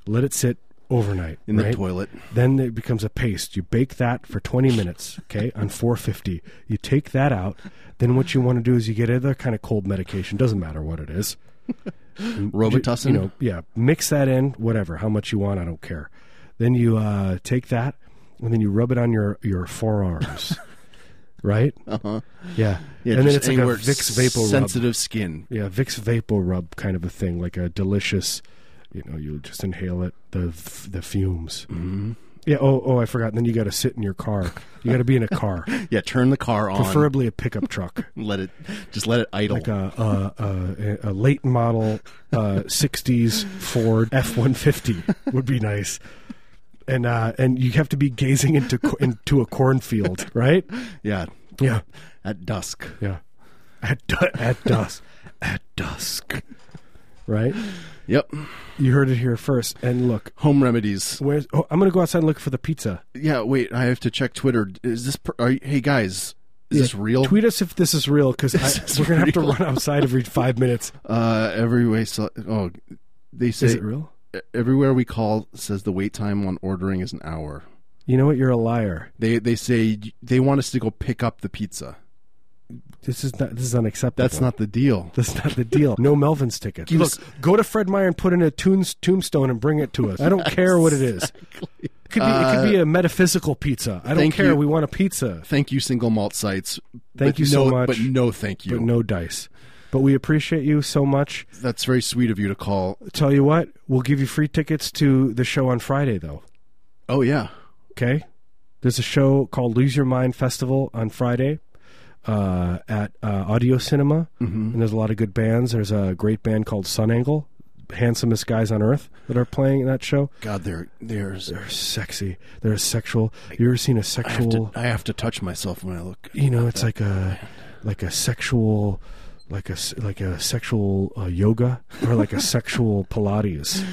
Speaker 2: let it sit overnight
Speaker 1: In the
Speaker 2: right?
Speaker 1: toilet.
Speaker 2: Then it becomes a paste. You bake that for 20 minutes, okay, on 450. You take that out. Then what you want to do is you get other kind of cold medication. Doesn't matter what it is.
Speaker 1: Robitussin.
Speaker 2: You know, yeah. Mix that in, whatever, how much you want, I don't care. Then you uh, take that, and then you rub it on your your forearms, right? Uh huh. Yeah.
Speaker 1: Uh-huh. Yeah,
Speaker 2: and then
Speaker 1: just
Speaker 2: it's like a
Speaker 1: anywhere it's
Speaker 2: Vicks Vapor Rub.
Speaker 1: sensitive skin.
Speaker 2: Yeah, Vicks Vapor Rub kind of a thing, like a delicious. You know, you just inhale it, the f- the fumes. Mm-hmm. Yeah. Oh, oh, I forgot. Then you got to sit in your car. You got to be in a car,
Speaker 1: Yeah, turn the car on.
Speaker 2: preferably a pickup truck.
Speaker 1: let it just let it idle.
Speaker 2: like a a, a, a late model uh, '60s Ford F-150 would be nice. And uh, and you have to be gazing into co- into a cornfield, right?
Speaker 1: yeah,
Speaker 2: Yeah,
Speaker 1: at dusk.
Speaker 2: yeah. At du- at dusk, at dusk, right?
Speaker 1: Yep.
Speaker 2: You heard it here first. And look,
Speaker 1: Home remedies.
Speaker 2: where's oh, I'm gonna go outside and look for the pizza.
Speaker 1: Yeah. Wait, I have to check Twitter. Is this? Per- are you, hey guys, is this
Speaker 2: Yeah,
Speaker 1: real?
Speaker 2: Tweet us if this is real, because
Speaker 1: Oh. This is
Speaker 2: we're gonna have to
Speaker 1: real.
Speaker 2: run outside every five minutes.
Speaker 1: uh, every way. So, oh, they say e,
Speaker 2: Is it real?
Speaker 1: everywhere we call says the wait time on ordering is an hour.
Speaker 2: You know what? You're a liar.
Speaker 1: They they say they want us to go pick up the pizza.
Speaker 2: This is not. This is unacceptable.
Speaker 1: That's not the deal.
Speaker 2: That's not the deal. No Melvin's tickets.
Speaker 1: You
Speaker 2: Look,
Speaker 1: s-
Speaker 2: go to Fred Meyer and put in a tombs- tombstone and bring it to us. I don't care what it is. It could be, it could be a metaphysical pizza. I don't
Speaker 1: thank
Speaker 2: care.
Speaker 1: you.
Speaker 2: We want a pizza,
Speaker 1: Thank you, single malt sites.
Speaker 2: Thank
Speaker 1: but
Speaker 2: you so
Speaker 1: no-
Speaker 2: much.
Speaker 1: But no, thank you.
Speaker 2: but no dice. But we appreciate you so much.
Speaker 1: That's very sweet of you to call.
Speaker 2: Tell you what, we'll give you free tickets to the show on Friday, though.
Speaker 1: Oh yeah,
Speaker 2: Okay? There's a show called Lose Your Mind Festival on Friday uh, at uh, Audio Cinema,
Speaker 1: Mm-hmm.
Speaker 2: and there's a lot of good bands. There's a great band called Sun Angle, handsomest guys on earth, that are playing in that show.
Speaker 1: God, there there's.
Speaker 2: they're sexy. They're sexual. You ever seen a
Speaker 1: I have, to,
Speaker 2: sexual?
Speaker 1: I have to touch myself when I look.
Speaker 2: you know, it's like a like a sexual, like a s- like a sexual uh, yoga or like a sexual Pilates.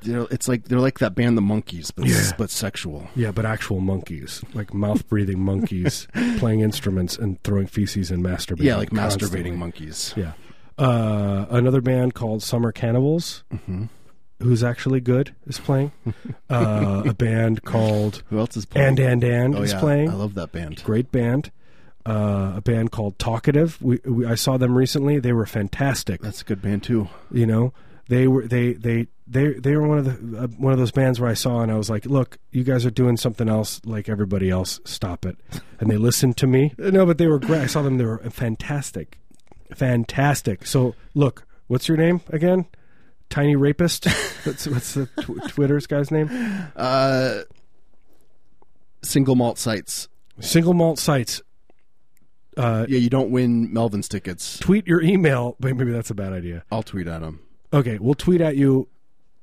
Speaker 1: They're, it's like they're like that band, the Monkeys, but
Speaker 2: Yeah.
Speaker 1: but sexual.
Speaker 2: Yeah, but actual monkeys, like mouth breathing monkeys, playing instruments and throwing feces and masturbating.
Speaker 1: Yeah, like
Speaker 2: constantly.
Speaker 1: masturbating monkeys.
Speaker 2: Yeah. Uh, another band called Summer Cannibals,
Speaker 1: Mm-hmm.
Speaker 2: who's actually good, is playing. uh, a band called
Speaker 1: Who else is playing?
Speaker 2: And And And
Speaker 1: oh
Speaker 2: is
Speaker 1: yeah,
Speaker 2: playing.
Speaker 1: I love that band.
Speaker 2: great band. Uh, a band called Talkative. We, we I saw them recently. They were fantastic.
Speaker 1: That's a good band too.
Speaker 2: You know, they were they they they they were one of the uh, one of those bands where I saw and I was like, look, you guys are doing something else like everybody else. Stop it. And they listened to me. Uh, No, but they were great. I saw them. They were fantastic, fantastic. So look, what's your name again? Tiny rapist. What's what's the tw- Twitter's guy's name?
Speaker 1: Uh, single malt sites.
Speaker 2: Single malt sites. Uh,
Speaker 1: Yeah, you don't win Melvin's tickets.
Speaker 2: tweet your email. Wait, Maybe that's a bad idea.
Speaker 1: I'll tweet at him.
Speaker 2: Okay, we'll tweet at you.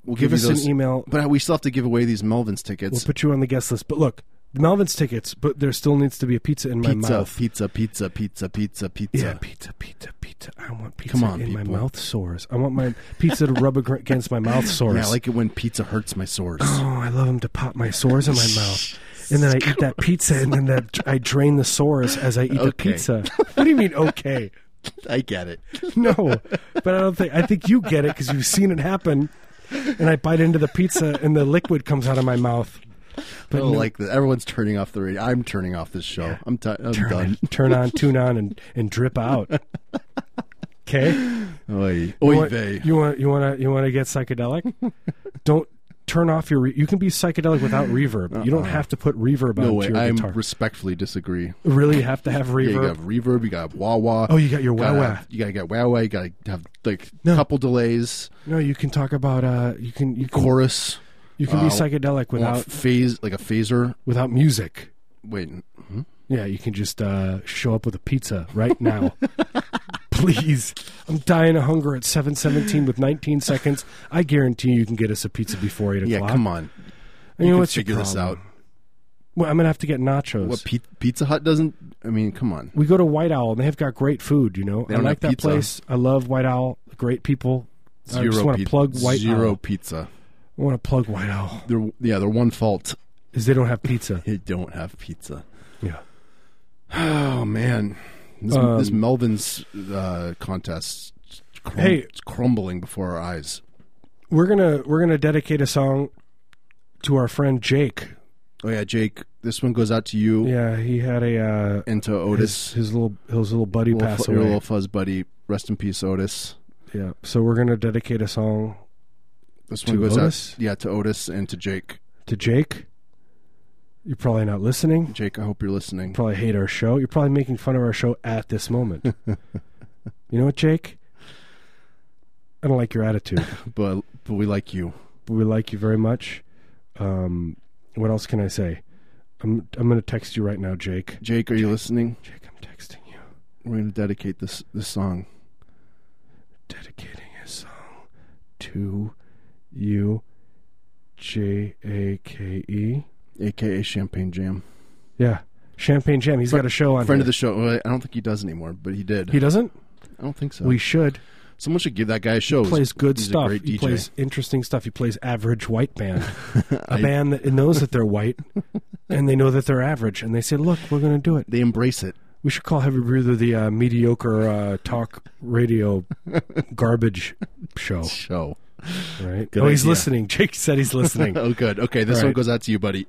Speaker 1: We'll
Speaker 2: Give,
Speaker 1: you
Speaker 2: us
Speaker 1: those-
Speaker 2: an email.
Speaker 1: But we still have to give away these Melvin's tickets.
Speaker 2: We'll put you on the guest list. But look, Melvin's tickets, but there still needs to be a pizza in my
Speaker 1: Pizza,
Speaker 2: mouth.
Speaker 1: pizza, pizza, pizza, pizza,
Speaker 2: Yeah,
Speaker 1: pizza.
Speaker 2: pizza, pizza, pizza. I want pizza
Speaker 1: Come on,
Speaker 2: in my
Speaker 1: people.
Speaker 2: mouth sores. I want my pizza to rub ag- against my mouth sores.
Speaker 1: Yeah, I like it when pizza hurts my sores.
Speaker 2: oh, I love them to pop my sores in my mouth. And then I eat that pizza, and then that I drain the sores as I eat the
Speaker 1: Okay.
Speaker 2: pizza. What do you mean, okay?
Speaker 1: I get it.
Speaker 2: No, but I don't think I think you get it because you've seen it happen. And I bite into the pizza, and the liquid comes out of my mouth.
Speaker 1: I
Speaker 2: But
Speaker 1: don't
Speaker 2: no,
Speaker 1: Oh, like that. Everyone's turning off the radio. I'm turning off this show. I'm, ti I'm
Speaker 2: turn,
Speaker 1: done.
Speaker 2: on- turn on, tune on, and and drip out. Okay.
Speaker 1: Oy,
Speaker 2: You
Speaker 1: oy
Speaker 2: want-
Speaker 1: vey.
Speaker 2: You want you want to you want to get psychedelic? don't turn off your. Re- you can be psychedelic without reverb. You don't have to put reverb
Speaker 1: Uh-uh. No
Speaker 2: onto
Speaker 1: way.
Speaker 2: your
Speaker 1: I
Speaker 2: guitar.
Speaker 1: respectfully disagree.
Speaker 2: really have to have
Speaker 1: Yeah, you
Speaker 2: reverb.
Speaker 1: got reverb. You got wah wah.
Speaker 2: oh, you got your wah
Speaker 1: gotta
Speaker 2: wah.
Speaker 1: have- You gotta get wow wow. You gotta have like
Speaker 2: No.
Speaker 1: couple delays,
Speaker 2: No, you can talk about uh, you can you can,
Speaker 1: chorus.
Speaker 2: you can be
Speaker 1: uh,
Speaker 2: psychedelic
Speaker 1: Without
Speaker 2: without
Speaker 1: phase, like a phaser.
Speaker 2: without music.
Speaker 1: Wait, hmm?
Speaker 2: Yeah, you can just uh, show up with a pizza right now. Please, I'm dying of hunger at 7:17 with 19 seconds. I guarantee you can get us a pizza before eight
Speaker 1: yeah,
Speaker 2: o'clock.
Speaker 1: come on.
Speaker 2: I mean,
Speaker 1: you can
Speaker 2: what's your
Speaker 1: figure this
Speaker 2: problem?
Speaker 1: out.
Speaker 2: Well, I'm gonna have to get nachos.
Speaker 1: What Pi- Pizza Hut doesn't? I mean, come on.
Speaker 2: we go to White Owl and they've got great food. You know, I
Speaker 1: don't
Speaker 2: like
Speaker 1: have
Speaker 2: that
Speaker 1: pizza.
Speaker 2: place. I love White Owl. Great people. I
Speaker 1: Zero
Speaker 2: just want to
Speaker 1: pizza.
Speaker 2: plug White
Speaker 1: zero
Speaker 2: Owl.
Speaker 1: pizza.
Speaker 2: I want to plug White Owl
Speaker 1: They're yeah, they're one fault.
Speaker 2: is they don't have pizza.
Speaker 1: They don't have pizza.
Speaker 2: yeah.
Speaker 1: Oh man, this,
Speaker 2: Um,
Speaker 1: this Melvin's uh, contest crum-
Speaker 2: Hey.
Speaker 1: it's crumbling before our eyes.
Speaker 2: We're gonna we're gonna dedicate a song to our friend Jake.
Speaker 1: Oh yeah, Jake, this one goes out to you
Speaker 2: Yeah, he had a uh,
Speaker 1: and to
Speaker 2: his,
Speaker 1: Otis,
Speaker 2: his little his little buddy
Speaker 1: Your little
Speaker 2: passed
Speaker 1: fu- your
Speaker 2: away.
Speaker 1: little fuzz buddy. Rest in peace, Otis.
Speaker 2: yeah, so we're gonna dedicate a song
Speaker 1: This one
Speaker 2: To
Speaker 1: goes
Speaker 2: Otis?
Speaker 1: out, yeah, to Otis and to Jake.
Speaker 2: to Jake. You're probably not listening.
Speaker 1: Jake, I hope you're listening.
Speaker 2: probably hate our show. You're probably making fun of our show at this moment. you know what, Jake? I don't like your attitude,
Speaker 1: But but we like you.
Speaker 2: but we like you very much. Um, what else can I say? I'm I'm gonna text you right now, Jake.
Speaker 1: Jake, are you listening?
Speaker 2: Jake, I'm texting you,
Speaker 1: We're gonna dedicate this this song.
Speaker 2: dedicating a song to you, J A K E.
Speaker 1: AKA Champagne Jam.
Speaker 2: Yeah, Champagne Jam. He's got a show on.
Speaker 1: Friend
Speaker 2: here.
Speaker 1: of the show. Well, I don't think he does anymore, but he did.
Speaker 2: He doesn't.
Speaker 1: I don't think so.
Speaker 2: We should.
Speaker 1: Someone should give that guy a show.
Speaker 2: He plays good
Speaker 1: He's A
Speaker 2: stuff.
Speaker 1: great
Speaker 2: He
Speaker 1: DJ.
Speaker 2: plays interesting stuff. He plays average white band, a
Speaker 1: I-
Speaker 2: band that knows that they're white and they know that they're average, and they say, "Look, we're going to do it.
Speaker 1: They embrace it.
Speaker 2: We should call Heavy Breather the uh, mediocre uh, talk radio garbage show."
Speaker 1: Show.
Speaker 2: Right?
Speaker 1: Good
Speaker 2: oh, he's
Speaker 1: idea.
Speaker 2: listening. Jake said he's listening.
Speaker 1: Oh, good. Okay, this
Speaker 2: All
Speaker 1: one
Speaker 2: right.
Speaker 1: goes out to you, buddy.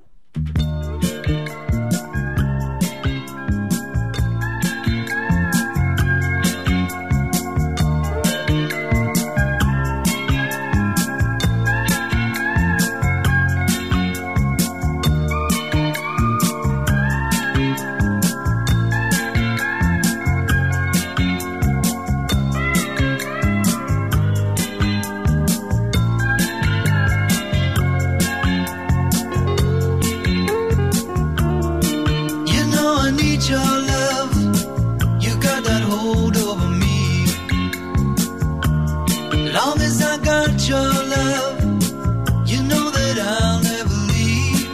Speaker 3: You know I need your love. You got that hold over me. Long as I got your love, you know that I'll never leave.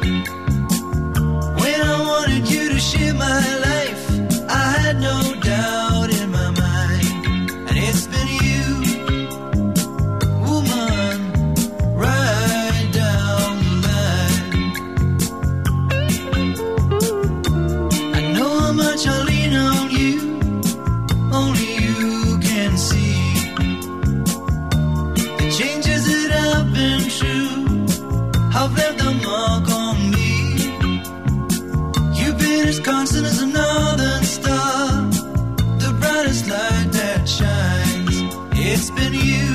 Speaker 3: When I wanted you to share my life, I had no doubt in my mind. And it's been you, woman, right down the line. I know how much I lean on you, only you can see the changes that I've been through have left a mark on me. You've been as constant as a northern star, the brightest light that shines. It's been you,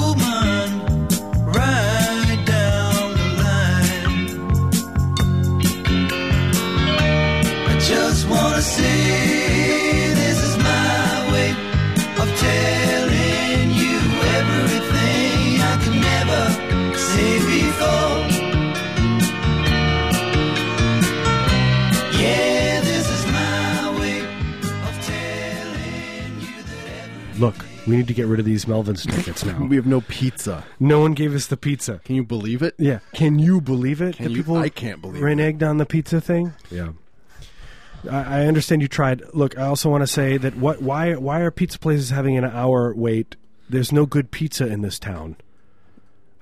Speaker 3: woman, right down the line. I just wanna say this is my way of telling you everything I could never say before. Yeah, this is my way of telling you that every
Speaker 2: Look, We need to get rid of these Melvin's tickets now.
Speaker 1: We have no pizza.
Speaker 2: no one gave us the pizza.
Speaker 1: Can you believe it?
Speaker 2: Yeah. Can you believe it?
Speaker 1: Can
Speaker 2: that
Speaker 1: you-
Speaker 2: people
Speaker 1: I can't believe it.
Speaker 2: reneged on the pizza thing. Yeah. I, I understand you tried. Look, I also want to say that what why why are pizza places having an hour wait? There's no good pizza in this town.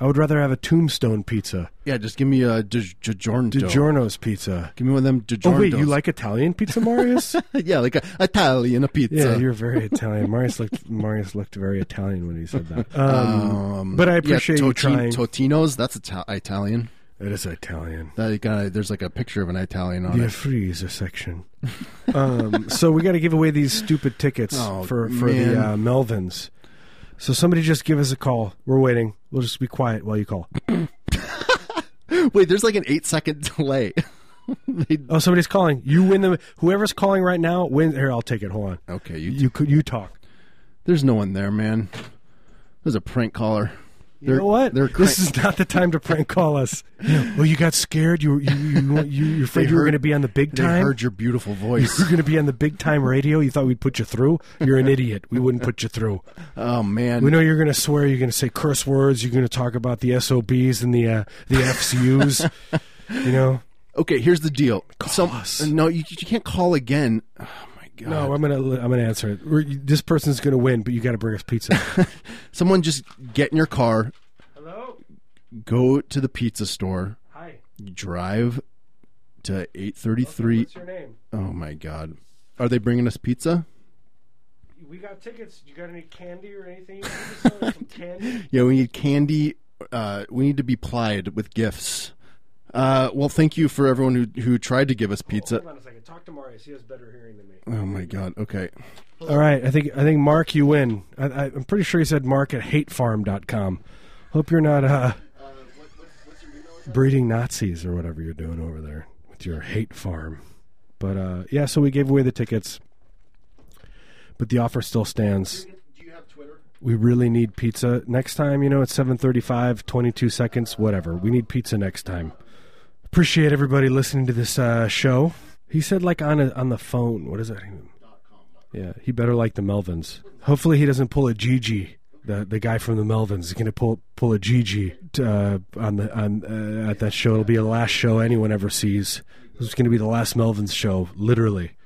Speaker 2: I would rather have a Tombstone pizza,
Speaker 1: Yeah, just give me a di- DiGiorno.
Speaker 2: DiGiorno's pizza.
Speaker 1: Give me one of them DiGiorno.
Speaker 2: Oh wait, you like Italian pizza, Marius?
Speaker 1: yeah, like a Italian pizza.
Speaker 2: yeah, you're very Italian. Marius looked Marius looked very Italian when he said that.
Speaker 1: Um,
Speaker 2: But I appreciate
Speaker 1: yeah,
Speaker 2: you
Speaker 1: Totin-
Speaker 2: trying.
Speaker 1: Totino's. That's Ita- Italian.
Speaker 2: it is Italian.
Speaker 1: That guy, there's like a picture of an Italian on
Speaker 2: The
Speaker 1: it.
Speaker 2: freezer section. um, so we got to give away these stupid tickets
Speaker 1: Oh,
Speaker 2: for for
Speaker 1: man.
Speaker 2: the uh, Melvins. So somebody just give us a call. We're waiting. We'll just be quiet while you call.
Speaker 1: Wait, there's like an eight second delay. They-
Speaker 2: Oh, somebody's calling. You win the whoever's calling right now wins. Here, I'll take it. Hold on.
Speaker 1: okay, you,
Speaker 2: You could you talk.
Speaker 1: there's no one there, man. There's a prank caller.
Speaker 2: You know what?
Speaker 1: They're
Speaker 2: this is not the time to prank call us. Oh, you got scared. You you you you, you afraid you were
Speaker 1: heard-
Speaker 2: going to be on the big
Speaker 1: They
Speaker 2: time.
Speaker 1: heard your beautiful
Speaker 2: you
Speaker 1: voice.
Speaker 2: were going to be on the big time radio. You thought we'd put you through. You're an idiot. We wouldn't put you through.
Speaker 1: oh man,
Speaker 2: We know you're going to swear. You're going to say curse words. You're going to talk about the SOBs and the uh, the FCUs. you know.
Speaker 1: Okay, here's the deal. Call
Speaker 2: us.
Speaker 1: No, you, you can't call again. Oh my god.
Speaker 2: No, I'm gonna I'm gonna answer it. We're, you- this person's gonna win, but you got to bring us pizza.
Speaker 1: Someone just get in your car. Hello. Go to the pizza store.
Speaker 2: Hi.
Speaker 1: Drive to 833.
Speaker 2: your name?
Speaker 1: oh my god. Are they bringing us pizza?
Speaker 2: We got tickets. You got any candy or anything? You can some candy.
Speaker 1: Yeah, we need candy. Uh, we need to be plied with gifts. Uh, well, thank you for everyone who who tried to give us pizza.
Speaker 2: on a second. Talk to Marius. He has better hearing than me.
Speaker 1: Oh my god. Okay.
Speaker 2: All right, I think I think Mark, you win. I, I, I'm pretty sure he said Mark at hatefarm.com. Hope you're not uh,
Speaker 1: Uh,
Speaker 2: breeding Nazis or whatever you're doing over there with your hate farm. But uh, yeah, so we gave away the tickets, but the offer still stands.
Speaker 1: Do you have Twitter?
Speaker 2: We really need pizza next time. You know, it's 7:35, 22 seconds, whatever. We need pizza next time. Appreciate everybody listening to this uh, show. He said like on a, on the phone. What does that even? Yeah, he better like the Melvins. Hopefully, he doesn't pull a Gigi. The the guy from the Melvins is going to pull pull a Gigi uh, on the on uh, at that show. It'll be the last show anyone ever sees. This is going to be the last Melvins show, literally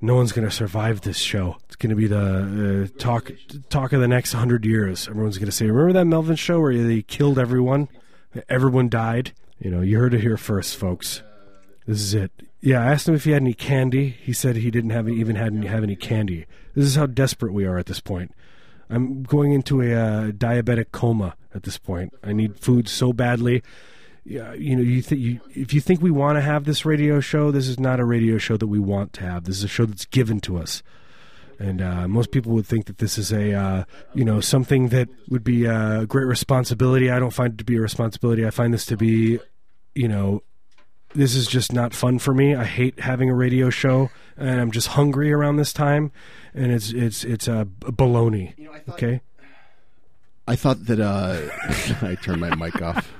Speaker 2: no one's going to survive this show. It's going to be the uh, talk talk of the next hundred years. Everyone's going to say, "Remember that Melvin show where they killed everyone? Everyone died." You know, you heard it here first, folks. This is it. Yeah, I asked him if he had any candy. He said he didn't have even had any, have any candy. This is how desperate we are at this point. I'm going into a uh, diabetic coma at this point. I need food so badly. Yeah, you know, you think you if you think we want to have this radio show, this is not a radio show that we want to have. This is a show that's given to us. And uh, most people would think that this is a, uh, you know, something that would be uh, a great responsibility. I don't find it to be a responsibility. I find this to be, you know, this is just not fun for me. I hate having a radio show, and I'm just hungry around this time, and it's it's it's uh, b- baloney. okay,
Speaker 1: I thought that uh, I turned my mic off.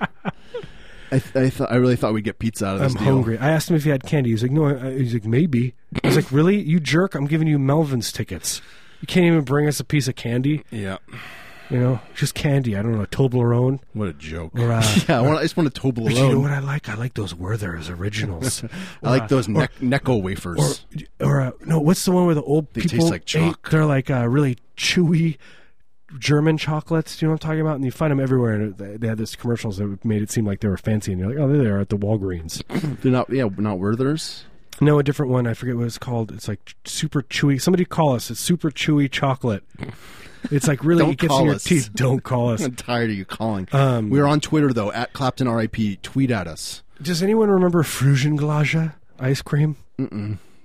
Speaker 1: I, th- I thought I really thought we'd get pizza out of this
Speaker 2: I'm
Speaker 1: deal.
Speaker 2: hungry. I asked him if he had candy. He's like, no. I- I- He's like, maybe. I was like, really? You jerk! I'm giving you Melvin's tickets. You can't even bring us a piece of candy.
Speaker 1: Yeah,
Speaker 2: You know, just candy. I don't know, Toblerone
Speaker 1: what a joke.
Speaker 2: or uh,
Speaker 1: yeah, I, want, I just want a Toblerone.
Speaker 2: But you know what I like? I like those Werther's originals.
Speaker 1: I like those
Speaker 2: uh, Or,
Speaker 1: neck Necco wafers.
Speaker 2: or uh, no, what's the one where the old
Speaker 1: They
Speaker 2: people
Speaker 1: taste like chalk.
Speaker 2: ate? They're like uh, really chewy German chocolates. Do you know what I'm talking about? And you find them everywhere. And they, they had these commercials that made it seem like they were fancy. And you're like, oh, there they are at the Walgreens.
Speaker 1: They're not, yeah, not Werther's.
Speaker 2: no, a different one. I forget what it's called. It's like ch- super chewy. Somebody call us. It's super chewy chocolate. It's like really
Speaker 1: Don't
Speaker 2: it gets
Speaker 1: call
Speaker 2: in your
Speaker 1: us.
Speaker 2: teeth. Don't call us.
Speaker 1: I'm tired of you calling.
Speaker 2: Um,
Speaker 1: We're on Twitter though at Clapton RIP. Tweet at us.
Speaker 2: Does anyone remember Frugenglage ice cream?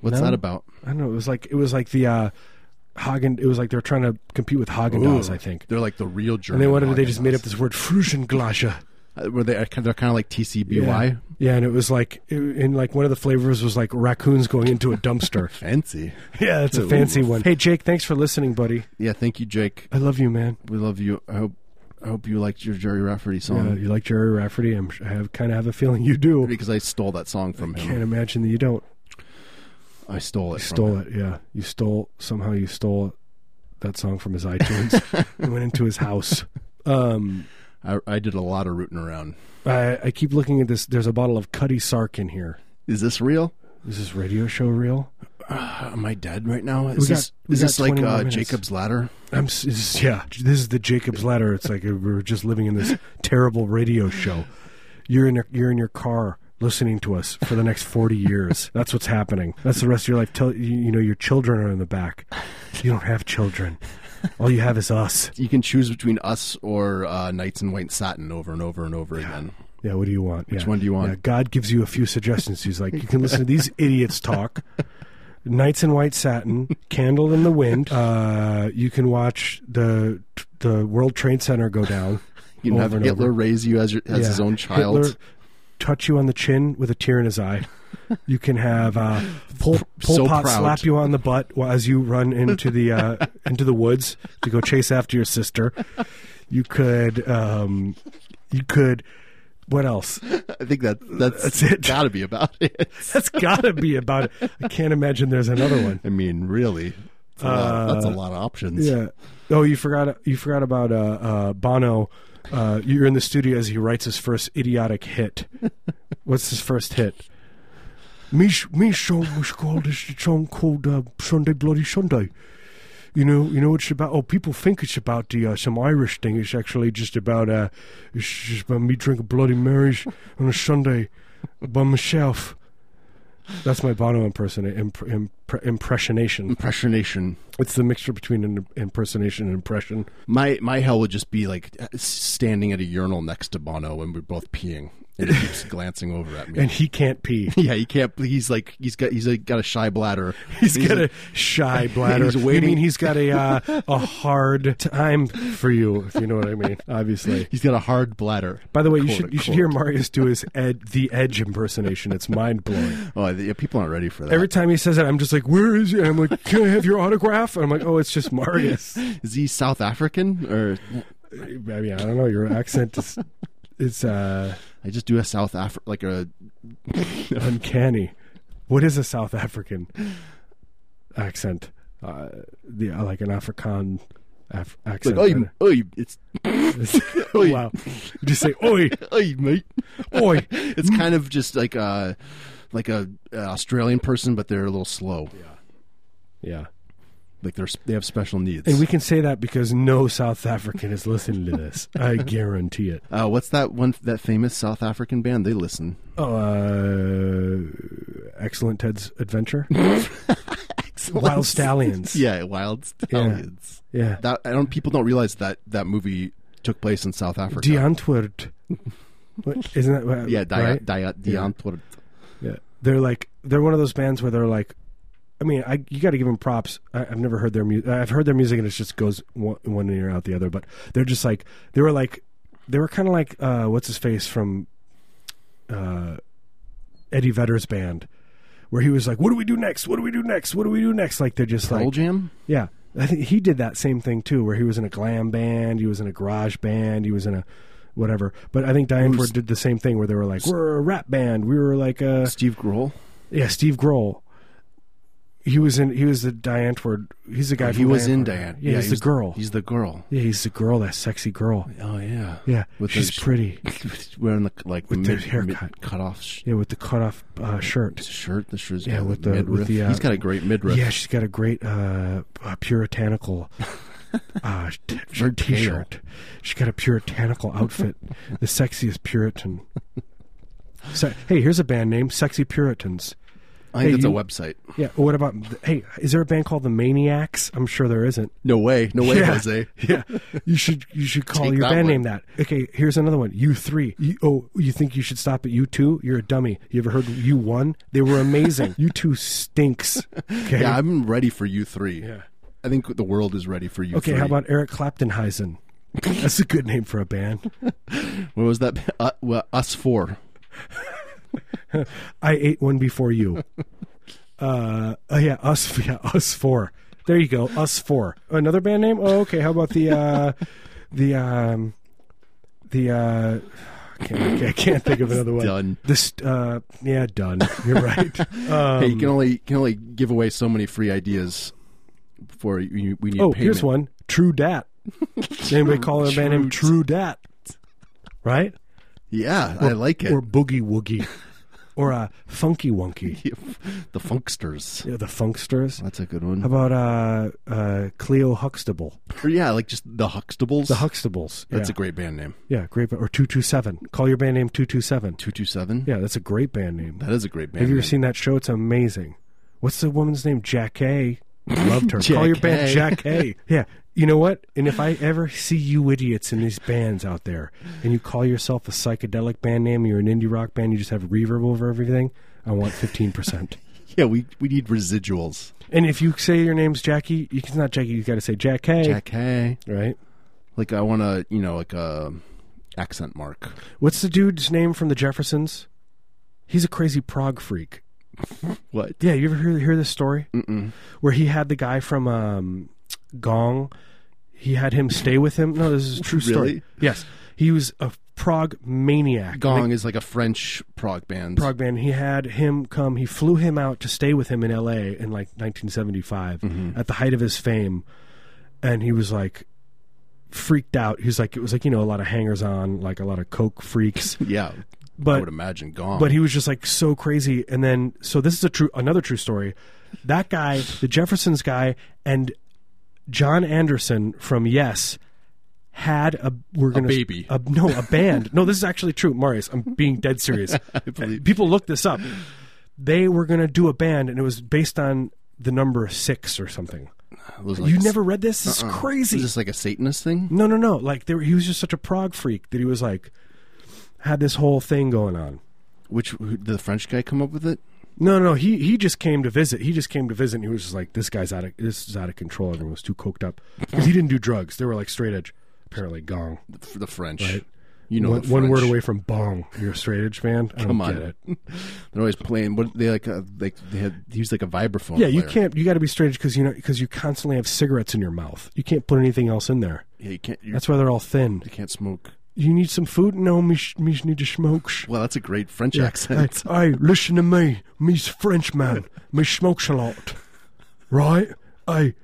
Speaker 1: What's
Speaker 2: No?
Speaker 1: that about?
Speaker 2: I don't know. It was like it was like the uh, Hagen. It was like they were trying to compete with Hagen Dazs, I think.
Speaker 1: they're like the real German.
Speaker 2: And they wanted. They just
Speaker 1: Häagen-Dazs.
Speaker 2: made up this word Fruschenglasche.
Speaker 1: Uh, Were they? They're kind of like TCBY.
Speaker 2: Yeah. yeah, and it was like, it, and like one of the flavors was like raccoons going into a dumpster.
Speaker 1: Fancy.
Speaker 2: yeah, that's a fancy one. Hey, Jake, thanks for listening, buddy.
Speaker 1: Yeah. Thank you, Jake.
Speaker 2: I love you, man.
Speaker 1: We love you. I hope. I hope you liked your Jerry Rafferty
Speaker 2: Uh,
Speaker 1: song
Speaker 2: you like Jerry Rafferty? I'm, I have kind of have a feeling you do.
Speaker 1: because I stole that song from him.
Speaker 2: Can't imagine that you don't.
Speaker 1: I stole it.
Speaker 2: You stole it. Yeah, you stole somehow. You stole that song from his iTunes. I went into his house. Um,
Speaker 1: I, I did a lot of rooting around.
Speaker 2: I, I keep looking at this. There's a bottle of Cuddy Sark in here.
Speaker 1: Is this real?
Speaker 2: Is this radio show real?
Speaker 1: Uh, Am I dead right now?
Speaker 2: We
Speaker 1: Is
Speaker 2: got-
Speaker 1: this
Speaker 2: we
Speaker 1: is
Speaker 2: got
Speaker 1: this like
Speaker 2: 20 more
Speaker 1: uh,
Speaker 2: minutes.
Speaker 1: Jacob's Ladder?
Speaker 2: I'm s- this is- yeah. This is the Jacob's Ladder. It's like uh, we're just living in this terrible radio show. You're in your, you're in your car listening to us for the next 40 years. That's what's happening. That's the rest of your life. Tell you, you know your children are in the back. You don't have children. All you have is us.
Speaker 1: You can choose between us or uh, Knights in White Satin over and over and over again.
Speaker 2: Yeah, what do you want? Which
Speaker 1: one do you want?
Speaker 2: God gives you a few suggestions. He's like, you can listen to these idiots talk. Knights in White Satin, Candle in the Wind. Uh, you can watch the the World Trade Center go down.
Speaker 1: You can
Speaker 2: over
Speaker 1: have
Speaker 2: and
Speaker 1: Hitler
Speaker 2: over.
Speaker 1: raise you as, your, as
Speaker 2: Yeah.
Speaker 1: his own child.
Speaker 2: Hitler touch you on the chin with a tear in his eye. You can have uh, Pol, Pol
Speaker 1: So
Speaker 2: Pot
Speaker 1: proud.
Speaker 2: slap you on the butt while- as you run into the uh, into the woods to go chase after your sister. You could, um, you could. What else?
Speaker 1: I think that that's,
Speaker 2: That's it.
Speaker 1: Got to be about it.
Speaker 2: That's got to be about it. I can't imagine there's another one.
Speaker 1: I mean, really, that's a, lot, that's a lot of options.
Speaker 2: Uh, Yeah. Oh, you forgot. You forgot about uh, uh, Bono. Uh, you're in the studio as he writes his first idiotic hit. What's his first hit? oh, Me, sh- me song was called it's a song called uh, Sunday Bloody Sunday. You know, you know, it's about. Oh, people think it's about the uh, some Irish thing. It's actually just about. Uh, it's just about me drinking Bloody Marys on a Sunday by myself. That's my Bono impersonate imp- imp- impressionation.
Speaker 1: Impressionation.
Speaker 2: It's the mixture between an impersonation and impression.
Speaker 1: My my hell would just be like standing at a urinal next to Bono, and we're both peeing, and he keeps glancing over at me.
Speaker 2: And he can't pee.
Speaker 1: yeah, you can't. He's like he's got he's like got a shy bladder.
Speaker 2: He's got
Speaker 1: like-
Speaker 2: a shy bladder.
Speaker 1: He's waiting-
Speaker 2: You mean he's got a uh, a hard time for you, if you know what I mean? Obviously.
Speaker 1: he's got a hard bladder.
Speaker 2: By the way, you
Speaker 1: Quote,
Speaker 2: should you should
Speaker 1: unquote.
Speaker 2: hear Marius do his ed, the Edge impersonation. It's mind blowing.
Speaker 1: Oh, yeah, people aren't ready for that.
Speaker 2: Every time he says it, I'm just like, "Where is it?" And I'm like, "Can I have your autograph?" And I'm like, "Oh, it's just Marius." I
Speaker 1: Is he South African or
Speaker 2: mean, I don't know. Your accent is it's uh,
Speaker 1: I just do a South Afri like a
Speaker 2: uncanny. What is a South African accent? Uh, the uh, like an Afrikaan af-
Speaker 1: like
Speaker 2: accent.
Speaker 1: oh you oh you it's
Speaker 2: oh, wow. You just say oi,
Speaker 1: oh you mate.
Speaker 2: oi.
Speaker 1: It's kind of just like a like a uh, Australian person, but they're a little slow.
Speaker 2: Yeah.
Speaker 1: Like they're sp- they have special needs.
Speaker 2: And we can say that because no South African is listening to this. I guarantee it.
Speaker 1: uh, what's that one that famous South African band? They listen.
Speaker 2: Oh, Uh, excellent Ted's Adventure. Wild Stallions.
Speaker 1: Yeah, Wild Stallions.
Speaker 2: Yeah.
Speaker 1: That I don't people don't realize that that movie took place in South Africa.
Speaker 2: Die Antwoord. What, isn't that what-
Speaker 1: yeah, Di-
Speaker 2: right?
Speaker 1: Di- Di-
Speaker 2: Yeah.
Speaker 1: Antwoord.
Speaker 2: Yeah, they're like they're one of those bands where they're like, I mean, I you got to give them props. I, I've never heard their music. I've heard their music and it just goes one, one ear out the other. But they're just like they were like they were kind of like uh, what's his face from uh, Eddie Vedder's band, where he was like, "What do we do next? What do we do next? What do we do next?" Like they're just
Speaker 1: Pearl
Speaker 2: like,
Speaker 1: Jam?
Speaker 2: yeah. I think he did that same thing too, where he was in a glam band, he was in a garage band, he was in a whatever. But I think Diane Ford did the same thing, where they were like, "We're a rap band. We were like uh, a
Speaker 1: Steve Grohl.
Speaker 2: yeah, Steve Grohl. He was in. He was the Diane Antwoord. He's the guy.
Speaker 1: Oh, He
Speaker 2: from
Speaker 1: was in
Speaker 2: Antwoord.
Speaker 1: Diane.
Speaker 2: Yeah, he's
Speaker 1: he
Speaker 2: the
Speaker 1: was-
Speaker 2: girl.
Speaker 1: He's the girl.
Speaker 2: yeah, he's the girl. That sexy girl.
Speaker 1: Oh yeah.
Speaker 2: Yeah,
Speaker 1: With
Speaker 2: she's
Speaker 1: those-
Speaker 2: pretty.
Speaker 1: wearing the like
Speaker 2: With
Speaker 1: the
Speaker 2: the
Speaker 1: mid,
Speaker 2: haircut.
Speaker 1: mid cut off sh-
Speaker 2: Yeah, with the cutoff uh, shirt.
Speaker 1: shirt. The shirt's
Speaker 2: Yeah,
Speaker 1: got
Speaker 2: with the- with
Speaker 1: midriff.
Speaker 2: the, uh,
Speaker 1: He's got a great midriff.
Speaker 2: Yeah, she's got a great uh, uh, puritanical uh, t-
Speaker 1: Very pale.
Speaker 2: t-shirt. She's got a puritanical outfit. the sexiest Puritan. Se- hey, here's a band name: Sexy Puritans.
Speaker 1: I think
Speaker 2: Hey,
Speaker 1: it's
Speaker 2: you-
Speaker 1: a website.
Speaker 2: Yeah. What about? Hey, is there a band called the Maniacs? I'm sure there isn't.
Speaker 1: No way. No way,
Speaker 2: yeah.
Speaker 1: Jose.
Speaker 2: Yeah, you should you should call
Speaker 1: Take
Speaker 2: your
Speaker 1: that
Speaker 2: band
Speaker 1: one.
Speaker 2: name that. Okay, here's another one. U three. You, oh, you think you should stop at U two? You're a dummy. You ever heard U one? They were amazing. U two stinks. Okay.
Speaker 1: Yeah, I'm ready for you three.
Speaker 2: Yeah.
Speaker 1: I think the world is ready for you.
Speaker 2: okay.
Speaker 1: three.
Speaker 2: How about Eric Claptonheisen? That's a good name for a band.
Speaker 1: what was that? Uh, well, us four.
Speaker 2: I ate one before you. Uh, oh yeah, us. Yeah, us four. There you go. Us four. Another band name. Oh, okay. How about the uh, the um, the uh, I can't, I can't think of another one.
Speaker 1: Done.
Speaker 2: This. Uh, yeah, done. You're right. Um,
Speaker 1: hey, you can only can only give away so many free ideas before you, we need
Speaker 2: Oh,
Speaker 1: payment.
Speaker 2: here's one. True Dat. Does anybody call a band named True Dat? Right?
Speaker 1: Yeah, I like it.
Speaker 2: Or Boogie Woogie. or uh, Funky Wonky.
Speaker 1: the Funksters.
Speaker 2: Yeah, the Funksters.
Speaker 1: That's a good
Speaker 2: How
Speaker 1: one.
Speaker 2: about uh, uh, Cleo Huxtable?
Speaker 1: Or yeah, like just the Huxtables.
Speaker 2: The Huxtables.
Speaker 1: That's
Speaker 2: yeah.
Speaker 1: a great band name.
Speaker 2: Yeah, great. ba- Or 227. Call your band name 227.
Speaker 1: Two two seven.
Speaker 2: Yeah, that's a great band name.
Speaker 1: That is a great band.
Speaker 2: Have you ever
Speaker 1: name.
Speaker 2: seen that show? It's amazing. What's the woman's name? Jack A. Loved her.
Speaker 1: Jack
Speaker 2: Call your band
Speaker 1: A.
Speaker 2: Jack A. Yeah. You know what? And if I ever see you idiots in these bands out there and you call yourself a psychedelic band name, you're an indie rock band, you just have reverb over everything, I want 15%.
Speaker 1: Yeah, we we need residuals.
Speaker 2: and if you say your name's Jackie, you- it's not Jackie, you got to say Jack A.
Speaker 1: Jack Hay.
Speaker 2: Right?
Speaker 1: Like I want to, you know, like a accent mark.
Speaker 2: What's the dude's name from the Jeffersons? He's a crazy prog freak.
Speaker 1: What?
Speaker 2: Yeah, you ever hear hear this story? Mm-mm. Where he had the guy from um, Gong. He had him stay with him. No, this is a true
Speaker 1: Really?
Speaker 2: story. Yes, he was a prog maniac.
Speaker 1: Gong
Speaker 2: Like,
Speaker 1: is like a French prog band.
Speaker 2: prog band. He had him come. He flew him out to stay with him in L.A. in like 1975,
Speaker 1: Mm-hmm.
Speaker 2: at the height of his fame, and he was like freaked out. He was like, it was like you know a lot of hangers on, like a lot of coke freaks,
Speaker 1: Yeah, I
Speaker 2: but
Speaker 1: would imagine Gong.
Speaker 2: but he was just like so crazy and then so this is a true another true story that guy the jeffersons guy and john anderson from yes had a we're gonna
Speaker 1: baby.
Speaker 2: a- no a band no this is actually true marius i'm being dead serious
Speaker 1: believe-
Speaker 2: people look this up they were gonna do a band and it was based on the number six or something
Speaker 1: It was
Speaker 2: you
Speaker 1: like-
Speaker 2: never read this this is crazy
Speaker 1: Is Uh-uh. this like a Satanist thing?
Speaker 2: no, no, no. Like there, he was just such a prog freak that he was like had this whole thing going on.
Speaker 1: Which who, did the French guy come up with it?
Speaker 2: No, no, he he just came to visit. He just came to visit, and he was just like, "This guy's out of this is out of control." Everyone was too coked up 'Cause he didn't do drugs. They were like straight edge, apparently gong.
Speaker 1: The, the French. You know,
Speaker 2: one,
Speaker 1: the
Speaker 2: one word
Speaker 1: French.
Speaker 2: away from bong. You're a straight edge man. I
Speaker 1: Come
Speaker 2: don't
Speaker 1: on.
Speaker 2: get it.
Speaker 1: They're always playing. What they like? Uh, like they had. He was like a vibraphone.
Speaker 2: Yeah, you
Speaker 1: player.
Speaker 2: can't. You got to be straight edge because you know because you constantly have cigarettes in your mouth. You can't put anything else in there.
Speaker 1: Yeah, you can't. You,
Speaker 2: That's why they're all thin.
Speaker 1: you can't smoke.
Speaker 2: You need some food. No, me, sh- me sh- need to smoke. sh-
Speaker 1: Well, that's a great French accent.
Speaker 2: Hey, hey, listen to me. Me's French man. Me smokes a lot. Right? Hey,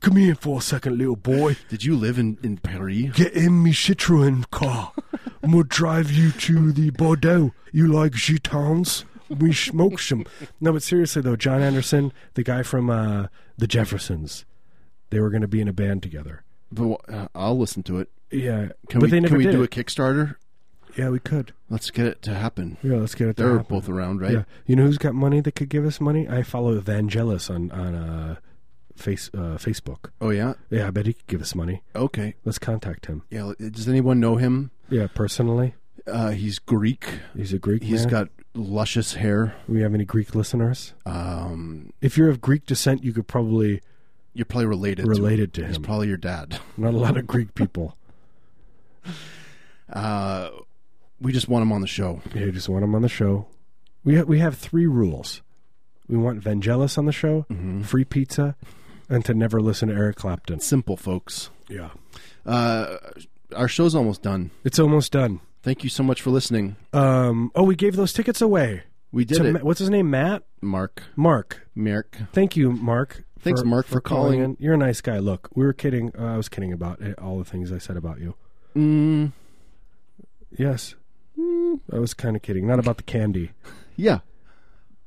Speaker 2: come here for a second, little boy.
Speaker 1: Did you live in in Paris?
Speaker 2: Get in me Citroën car. and We'll drive you to the Bordeaux. You like gitans? We smoke some. No, but seriously though, John Anderson, the guy from uh, the Jeffersons, they were going to be in a band together.
Speaker 1: But wh- uh, I'll listen to it.
Speaker 2: Yeah,
Speaker 1: Can
Speaker 2: but
Speaker 1: we?
Speaker 2: they never
Speaker 1: can we
Speaker 2: did
Speaker 1: do
Speaker 2: it.
Speaker 1: a Kickstarter?
Speaker 2: Yeah, we could.
Speaker 1: Let's get it to happen.
Speaker 2: Yeah, let's get it. to
Speaker 1: They're
Speaker 2: happen.
Speaker 1: both around, right?
Speaker 2: Yeah. You know who's got money that could give us money? I follow Evangelos on on uh, face uh, Facebook.
Speaker 1: Oh yeah.
Speaker 2: Yeah, I bet he could give us money.
Speaker 1: Okay.
Speaker 2: Let's contact him.
Speaker 1: Yeah. Does anyone know him?
Speaker 2: Yeah, personally,
Speaker 1: Uh, he's Greek.
Speaker 2: he's a Greek.
Speaker 1: He's
Speaker 2: man.
Speaker 1: got luscious hair.
Speaker 2: Do we have any Greek listeners?
Speaker 1: Um,
Speaker 2: If you're of Greek descent, you could probably
Speaker 1: you're probably related.
Speaker 2: related to
Speaker 1: To him. He's
Speaker 2: him.
Speaker 1: probably your dad.
Speaker 2: Not a lot of Greek people.
Speaker 1: Uh, we just want him on the show.
Speaker 2: Yeah, just want him on the show. We ha- we have three rules. We want Vangelis on the show,
Speaker 1: Mm-hmm.
Speaker 2: free pizza, and to never listen to Eric Clapton.
Speaker 1: Simple, folks.
Speaker 2: Yeah,
Speaker 1: Uh, our show's almost done.
Speaker 2: it's almost done.
Speaker 1: Thank you so much for listening.
Speaker 2: Um, oh, we gave those tickets away.
Speaker 1: We did
Speaker 2: to
Speaker 1: it,
Speaker 2: Ma- what's his name? Matt?
Speaker 1: Mark.
Speaker 2: Mark.
Speaker 1: Merrick.
Speaker 2: Thank you, Mark.
Speaker 1: Thanks, Mark, for calling.
Speaker 2: in. You're a nice guy. Look, we were kidding. Uh, I was kidding about it, all the things I said about you.
Speaker 1: Mm,
Speaker 2: Yes. I was kind of kidding. Not about the candy.
Speaker 1: yeah.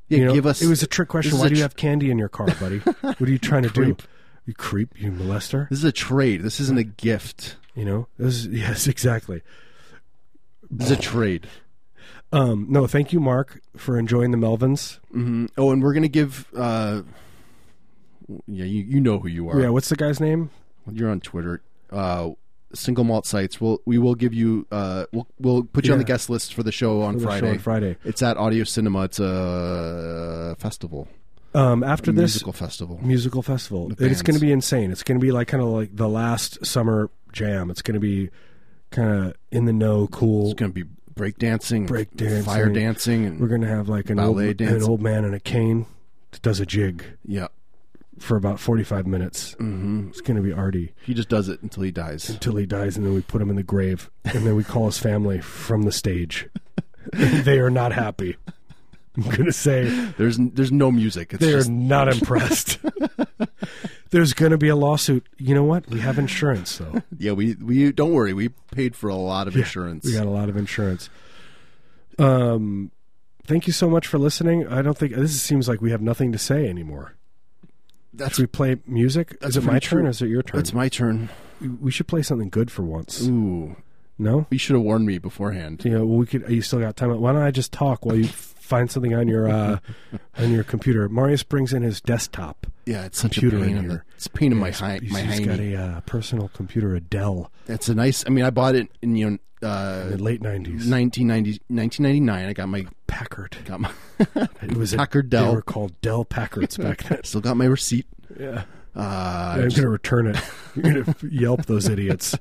Speaker 1: Yeah.
Speaker 2: you know,
Speaker 1: give us.
Speaker 2: It was a trick
Speaker 1: this
Speaker 2: question.
Speaker 1: is
Speaker 2: Why
Speaker 1: a
Speaker 2: do you
Speaker 1: tr-
Speaker 2: have candy in your car, buddy? what are you trying to do?
Speaker 1: creep.
Speaker 2: You creep. You molester.
Speaker 1: This is a trade. This isn't a gift.
Speaker 2: You know. This is, yes, exactly.
Speaker 1: This is
Speaker 2: Oh.
Speaker 1: a trade.
Speaker 2: Um, no, thank you, Mark, for enjoying the Melvins.
Speaker 1: hmm Oh, and we're gonna give. Uh, yeah, you you know who you are.
Speaker 2: Yeah. What's the guy's name?
Speaker 1: You're on Twitter. Uh, single malt sites. We'll we will give you. Uh, we'll we'll put you on the
Speaker 2: Yeah.
Speaker 1: guest list for the show on
Speaker 2: For the show
Speaker 1: Friday.
Speaker 2: on Friday.
Speaker 1: It's at Audio Cinema. It's a festival,
Speaker 2: Um, after this,
Speaker 1: musical festival.
Speaker 2: musical festival. And
Speaker 1: bands.
Speaker 2: it's going to be insane. It's going to be like kind of like the last summer jam. It's going to be kind of in the know, cool.
Speaker 1: It's going to be break dancing,
Speaker 2: Break dancing.
Speaker 1: fire dancing, and
Speaker 2: We're going to have like an old,
Speaker 1: Ballet
Speaker 2: an
Speaker 1: dance.
Speaker 2: old man and a cane that does a jig
Speaker 1: yeah.
Speaker 2: for about 45 minutes. Mm-hmm. It's going to be arty
Speaker 1: He just does it until he dies.
Speaker 2: until he dies, and then we put him in the grave, and then we call his family from the stage. they are not happy. I'm going to say
Speaker 1: There's there's no music. It's
Speaker 2: they
Speaker 1: just
Speaker 2: are not impressed. There's going to be a lawsuit. You know what? We have insurance, though.
Speaker 1: Yeah, we we don't worry. We paid for a lot of insurance.
Speaker 2: we got a lot of insurance. Um, thank you so much for listening. I don't think this seems like we have nothing to say anymore.
Speaker 1: that's
Speaker 2: Should we play music?
Speaker 1: That's
Speaker 2: Is it my
Speaker 1: pretty
Speaker 2: turn
Speaker 1: true.
Speaker 2: or is it your turn?
Speaker 1: that's my turn.
Speaker 2: we should play something good for once.
Speaker 1: Ooh,
Speaker 2: No?
Speaker 1: you should have warned me beforehand.
Speaker 2: You know, we could. You still got time. Why don't I just talk while you find something on your uh, on your computer? Marius brings in his desktop.
Speaker 1: Yeah, it's such
Speaker 2: Computer
Speaker 1: a pain
Speaker 2: in
Speaker 1: in the,
Speaker 2: here.
Speaker 1: It's a pain in my
Speaker 2: He's-
Speaker 1: hi-
Speaker 2: he's-
Speaker 1: my
Speaker 2: he's got
Speaker 1: hiney.
Speaker 2: a uh, personal computer, a Dell,
Speaker 1: That's a nice. I mean, I bought it in you know
Speaker 2: in the
Speaker 1: uh,
Speaker 2: late nineties.
Speaker 1: 1990, 1999. I got my
Speaker 2: Packard.
Speaker 1: got my
Speaker 2: It was
Speaker 1: Packard
Speaker 2: a,
Speaker 1: Dell.
Speaker 2: They were called Dell Packards back then.
Speaker 1: still got my receipt.
Speaker 2: Yeah.
Speaker 1: Uh,
Speaker 2: I'm going to return it. You're going to yelp those idiots.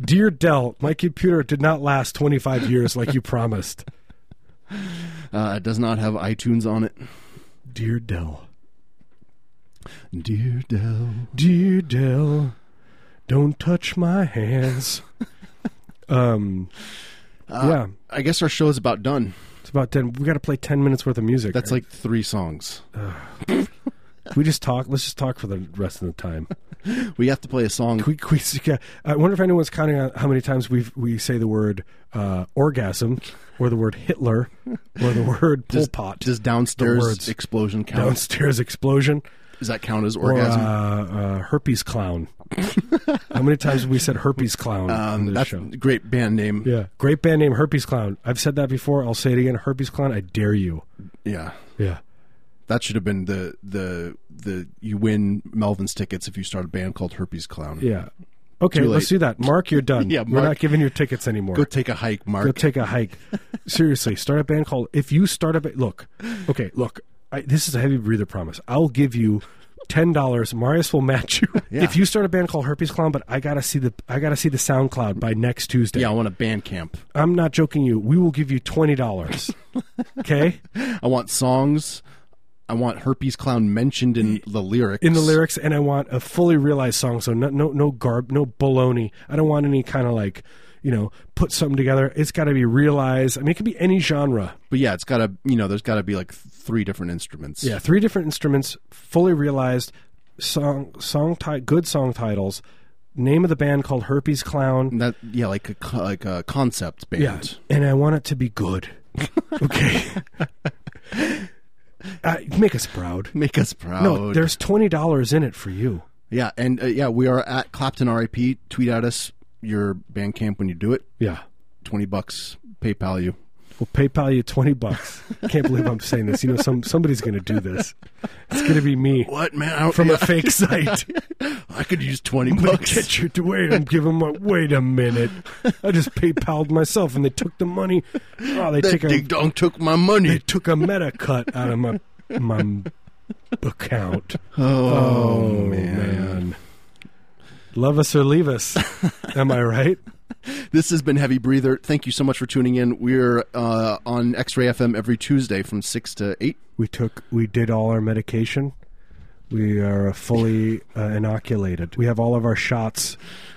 Speaker 2: Dear Dell, my computer did not last 25 years like you promised.
Speaker 1: uh, it does not have iTunes on it.
Speaker 2: Dear Dell.
Speaker 1: Dear Dell,
Speaker 2: Dear Dell, don't touch my hands. um,
Speaker 1: Uh,
Speaker 2: yeah,
Speaker 1: I guess our show is about done.
Speaker 2: it's about 10. we got to play 10 minutes worth of music.
Speaker 1: That's like three songs.
Speaker 2: we just talk. Let's just talk for the rest of the time.
Speaker 1: We have to play a song.
Speaker 2: We, we, yeah. I wonder if anyone's counting on how many times we we say the word uh, orgasm, or the word Hitler, or the word Pol
Speaker 1: Does-
Speaker 2: Pot.
Speaker 1: Does
Speaker 2: The
Speaker 1: downstairs
Speaker 2: words.
Speaker 1: explosion count?
Speaker 2: downstairs explosion,
Speaker 1: Does that count as
Speaker 2: or uh,
Speaker 1: Oh. orgasm?
Speaker 2: uh, herpes clown. how many times have we said herpes clown on
Speaker 1: um,
Speaker 2: this
Speaker 1: that's
Speaker 2: show?
Speaker 1: a great band name.
Speaker 2: Yeah, great band name, herpes clown. I've said that before. I'll say it again. Herpes clown. I dare you.
Speaker 1: Yeah.
Speaker 2: Yeah.
Speaker 1: That should have been the the the you win Melvin's tickets if you start a band called Herpes Clown.
Speaker 2: Yeah. Okay,
Speaker 1: Too
Speaker 2: let's
Speaker 1: late.
Speaker 2: do that. Mark, you're done.
Speaker 1: Yeah,
Speaker 2: We're
Speaker 1: Mark.
Speaker 2: not giving your tickets anymore.
Speaker 1: Go take a hike, Mark.
Speaker 2: Go take a hike. Seriously, start a band called. If you start a ba- look, okay, look. I, this is a heavy breather promise. I'll give you ten dollars. Marius will match you
Speaker 1: Yeah.
Speaker 2: if you start a band called Herpes Clown. But I gotta see the I gotta see the SoundCloud by next Tuesday.
Speaker 1: yeah, I want a band camp.
Speaker 2: I'm not joking. You, we will give you twenty dollars. okay,
Speaker 1: I want songs. I want herpes clown mentioned in the lyrics.
Speaker 2: in the lyrics, and I want a fully realized song. So no no no garb, no baloney. I don't want any kind of like you know put something together. It's got to be realized. I mean, it could be any genre.
Speaker 1: But yeah, it's got to, you know, there's got to be like th- three different instruments.
Speaker 2: Yeah, three different instruments, fully realized song song ti- good song titles. Name of the band called Herpes Clown.
Speaker 1: And that yeah, like a co- like a concept band.
Speaker 2: Yeah, and I want it to be good. Okay, uh, make us proud.
Speaker 1: Make us proud.
Speaker 2: No, there's twenty dollars in it for you.
Speaker 1: yeah, and uh, yeah, we are at Clapton RIP. Tweet at us your band camp when you do it.
Speaker 2: Yeah,
Speaker 1: 20 bucks PayPal you.
Speaker 2: we'll PayPal you twenty bucks. Can't believe I'm saying this. You know, some somebody's going to do this. It's going to be me
Speaker 1: What, man? I,
Speaker 2: from a fake site.
Speaker 1: I could use 20
Speaker 2: But
Speaker 1: bucks.
Speaker 2: get you to wait and give them my wait a minute. I just PayPal'd myself and they took the money. Oh, they
Speaker 1: that
Speaker 2: took a
Speaker 1: ding dong took my
Speaker 2: they
Speaker 1: money.
Speaker 2: took a meta cut out of my my account.
Speaker 1: Oh,
Speaker 2: Oh man. Love us or leave us. Am I right?
Speaker 1: This has been Heavy Breather. Thank you so much for tuning in. We're uh, on X Ray FM every Tuesday from 6 to 8.
Speaker 2: We took we did all our medication. We are fully uh, inoculated. We have all of our shots.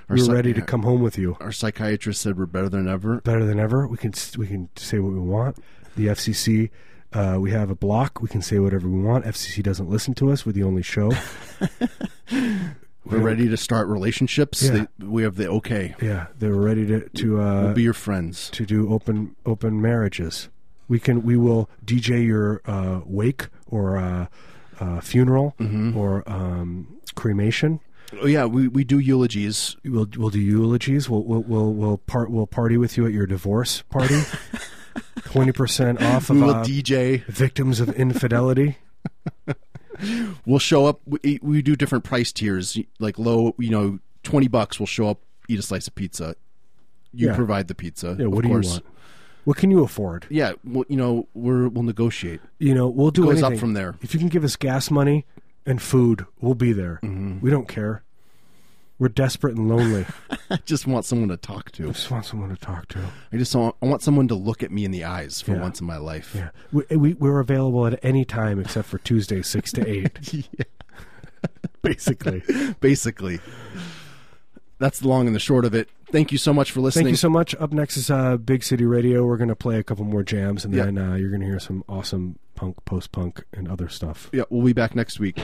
Speaker 1: Our
Speaker 2: We're
Speaker 1: son-
Speaker 2: ready to
Speaker 1: yeah.
Speaker 2: come home with you.
Speaker 1: Our psychiatrist said we're better than ever.
Speaker 2: better than ever. We can we can say what we want. The FCC, uh, we have a block. We can say whatever we want. FCC doesn't listen to us. We're the only show.
Speaker 1: We're ready to start relationships.
Speaker 2: Yeah.
Speaker 1: They- we have the okay.
Speaker 2: yeah, they're ready to to uh,
Speaker 1: We'll be your friends.
Speaker 2: to do open open marriages. We can we will DJ your uh, wake or uh, uh, funeral
Speaker 1: Mm-hmm.
Speaker 2: or um, cremation.
Speaker 1: Oh, yeah, we, we do eulogies.
Speaker 2: We'll we'll do eulogies. We'll we'll we'll, we'll part we'll party with you at your divorce party. Twenty percent off of
Speaker 1: We will
Speaker 2: uh,
Speaker 1: DJ.
Speaker 2: victims of infidelity.
Speaker 1: We'll show up. We, e, we do different price tiers. Like low, you know, 20 bucks. We'll show up, eat a slice of pizza. You
Speaker 2: Yeah.
Speaker 1: provide the pizza.
Speaker 2: Yeah,
Speaker 1: of
Speaker 2: what do
Speaker 1: course.
Speaker 2: you want? What can you afford?
Speaker 1: Yeah, well, you know, we're, we'll negotiate.
Speaker 2: You know, we'll do
Speaker 1: Goes up
Speaker 2: anything.
Speaker 1: from there.
Speaker 2: If you can give us gas money and food, we'll be there.
Speaker 1: Mm-hmm.
Speaker 2: We don't care. We're desperate and lonely.
Speaker 1: I just want someone to talk to.
Speaker 2: just want someone to talk to.
Speaker 1: I just want, I want someone to look at me in the eyes for
Speaker 2: Yeah.
Speaker 1: once in my life.
Speaker 2: Yeah, we, we, we're available at any time except for Tuesday, six to eight, basically.
Speaker 1: Basically, that's the long and the short of it. Thank you so much for listening.
Speaker 2: Thank you so much. Up next is uh, Big City Radio. We're going to play a couple more jams, and
Speaker 1: Yeah.
Speaker 2: then uh, you're going to hear some awesome punk, post punk, and other stuff.
Speaker 1: yeah, we'll be back next week.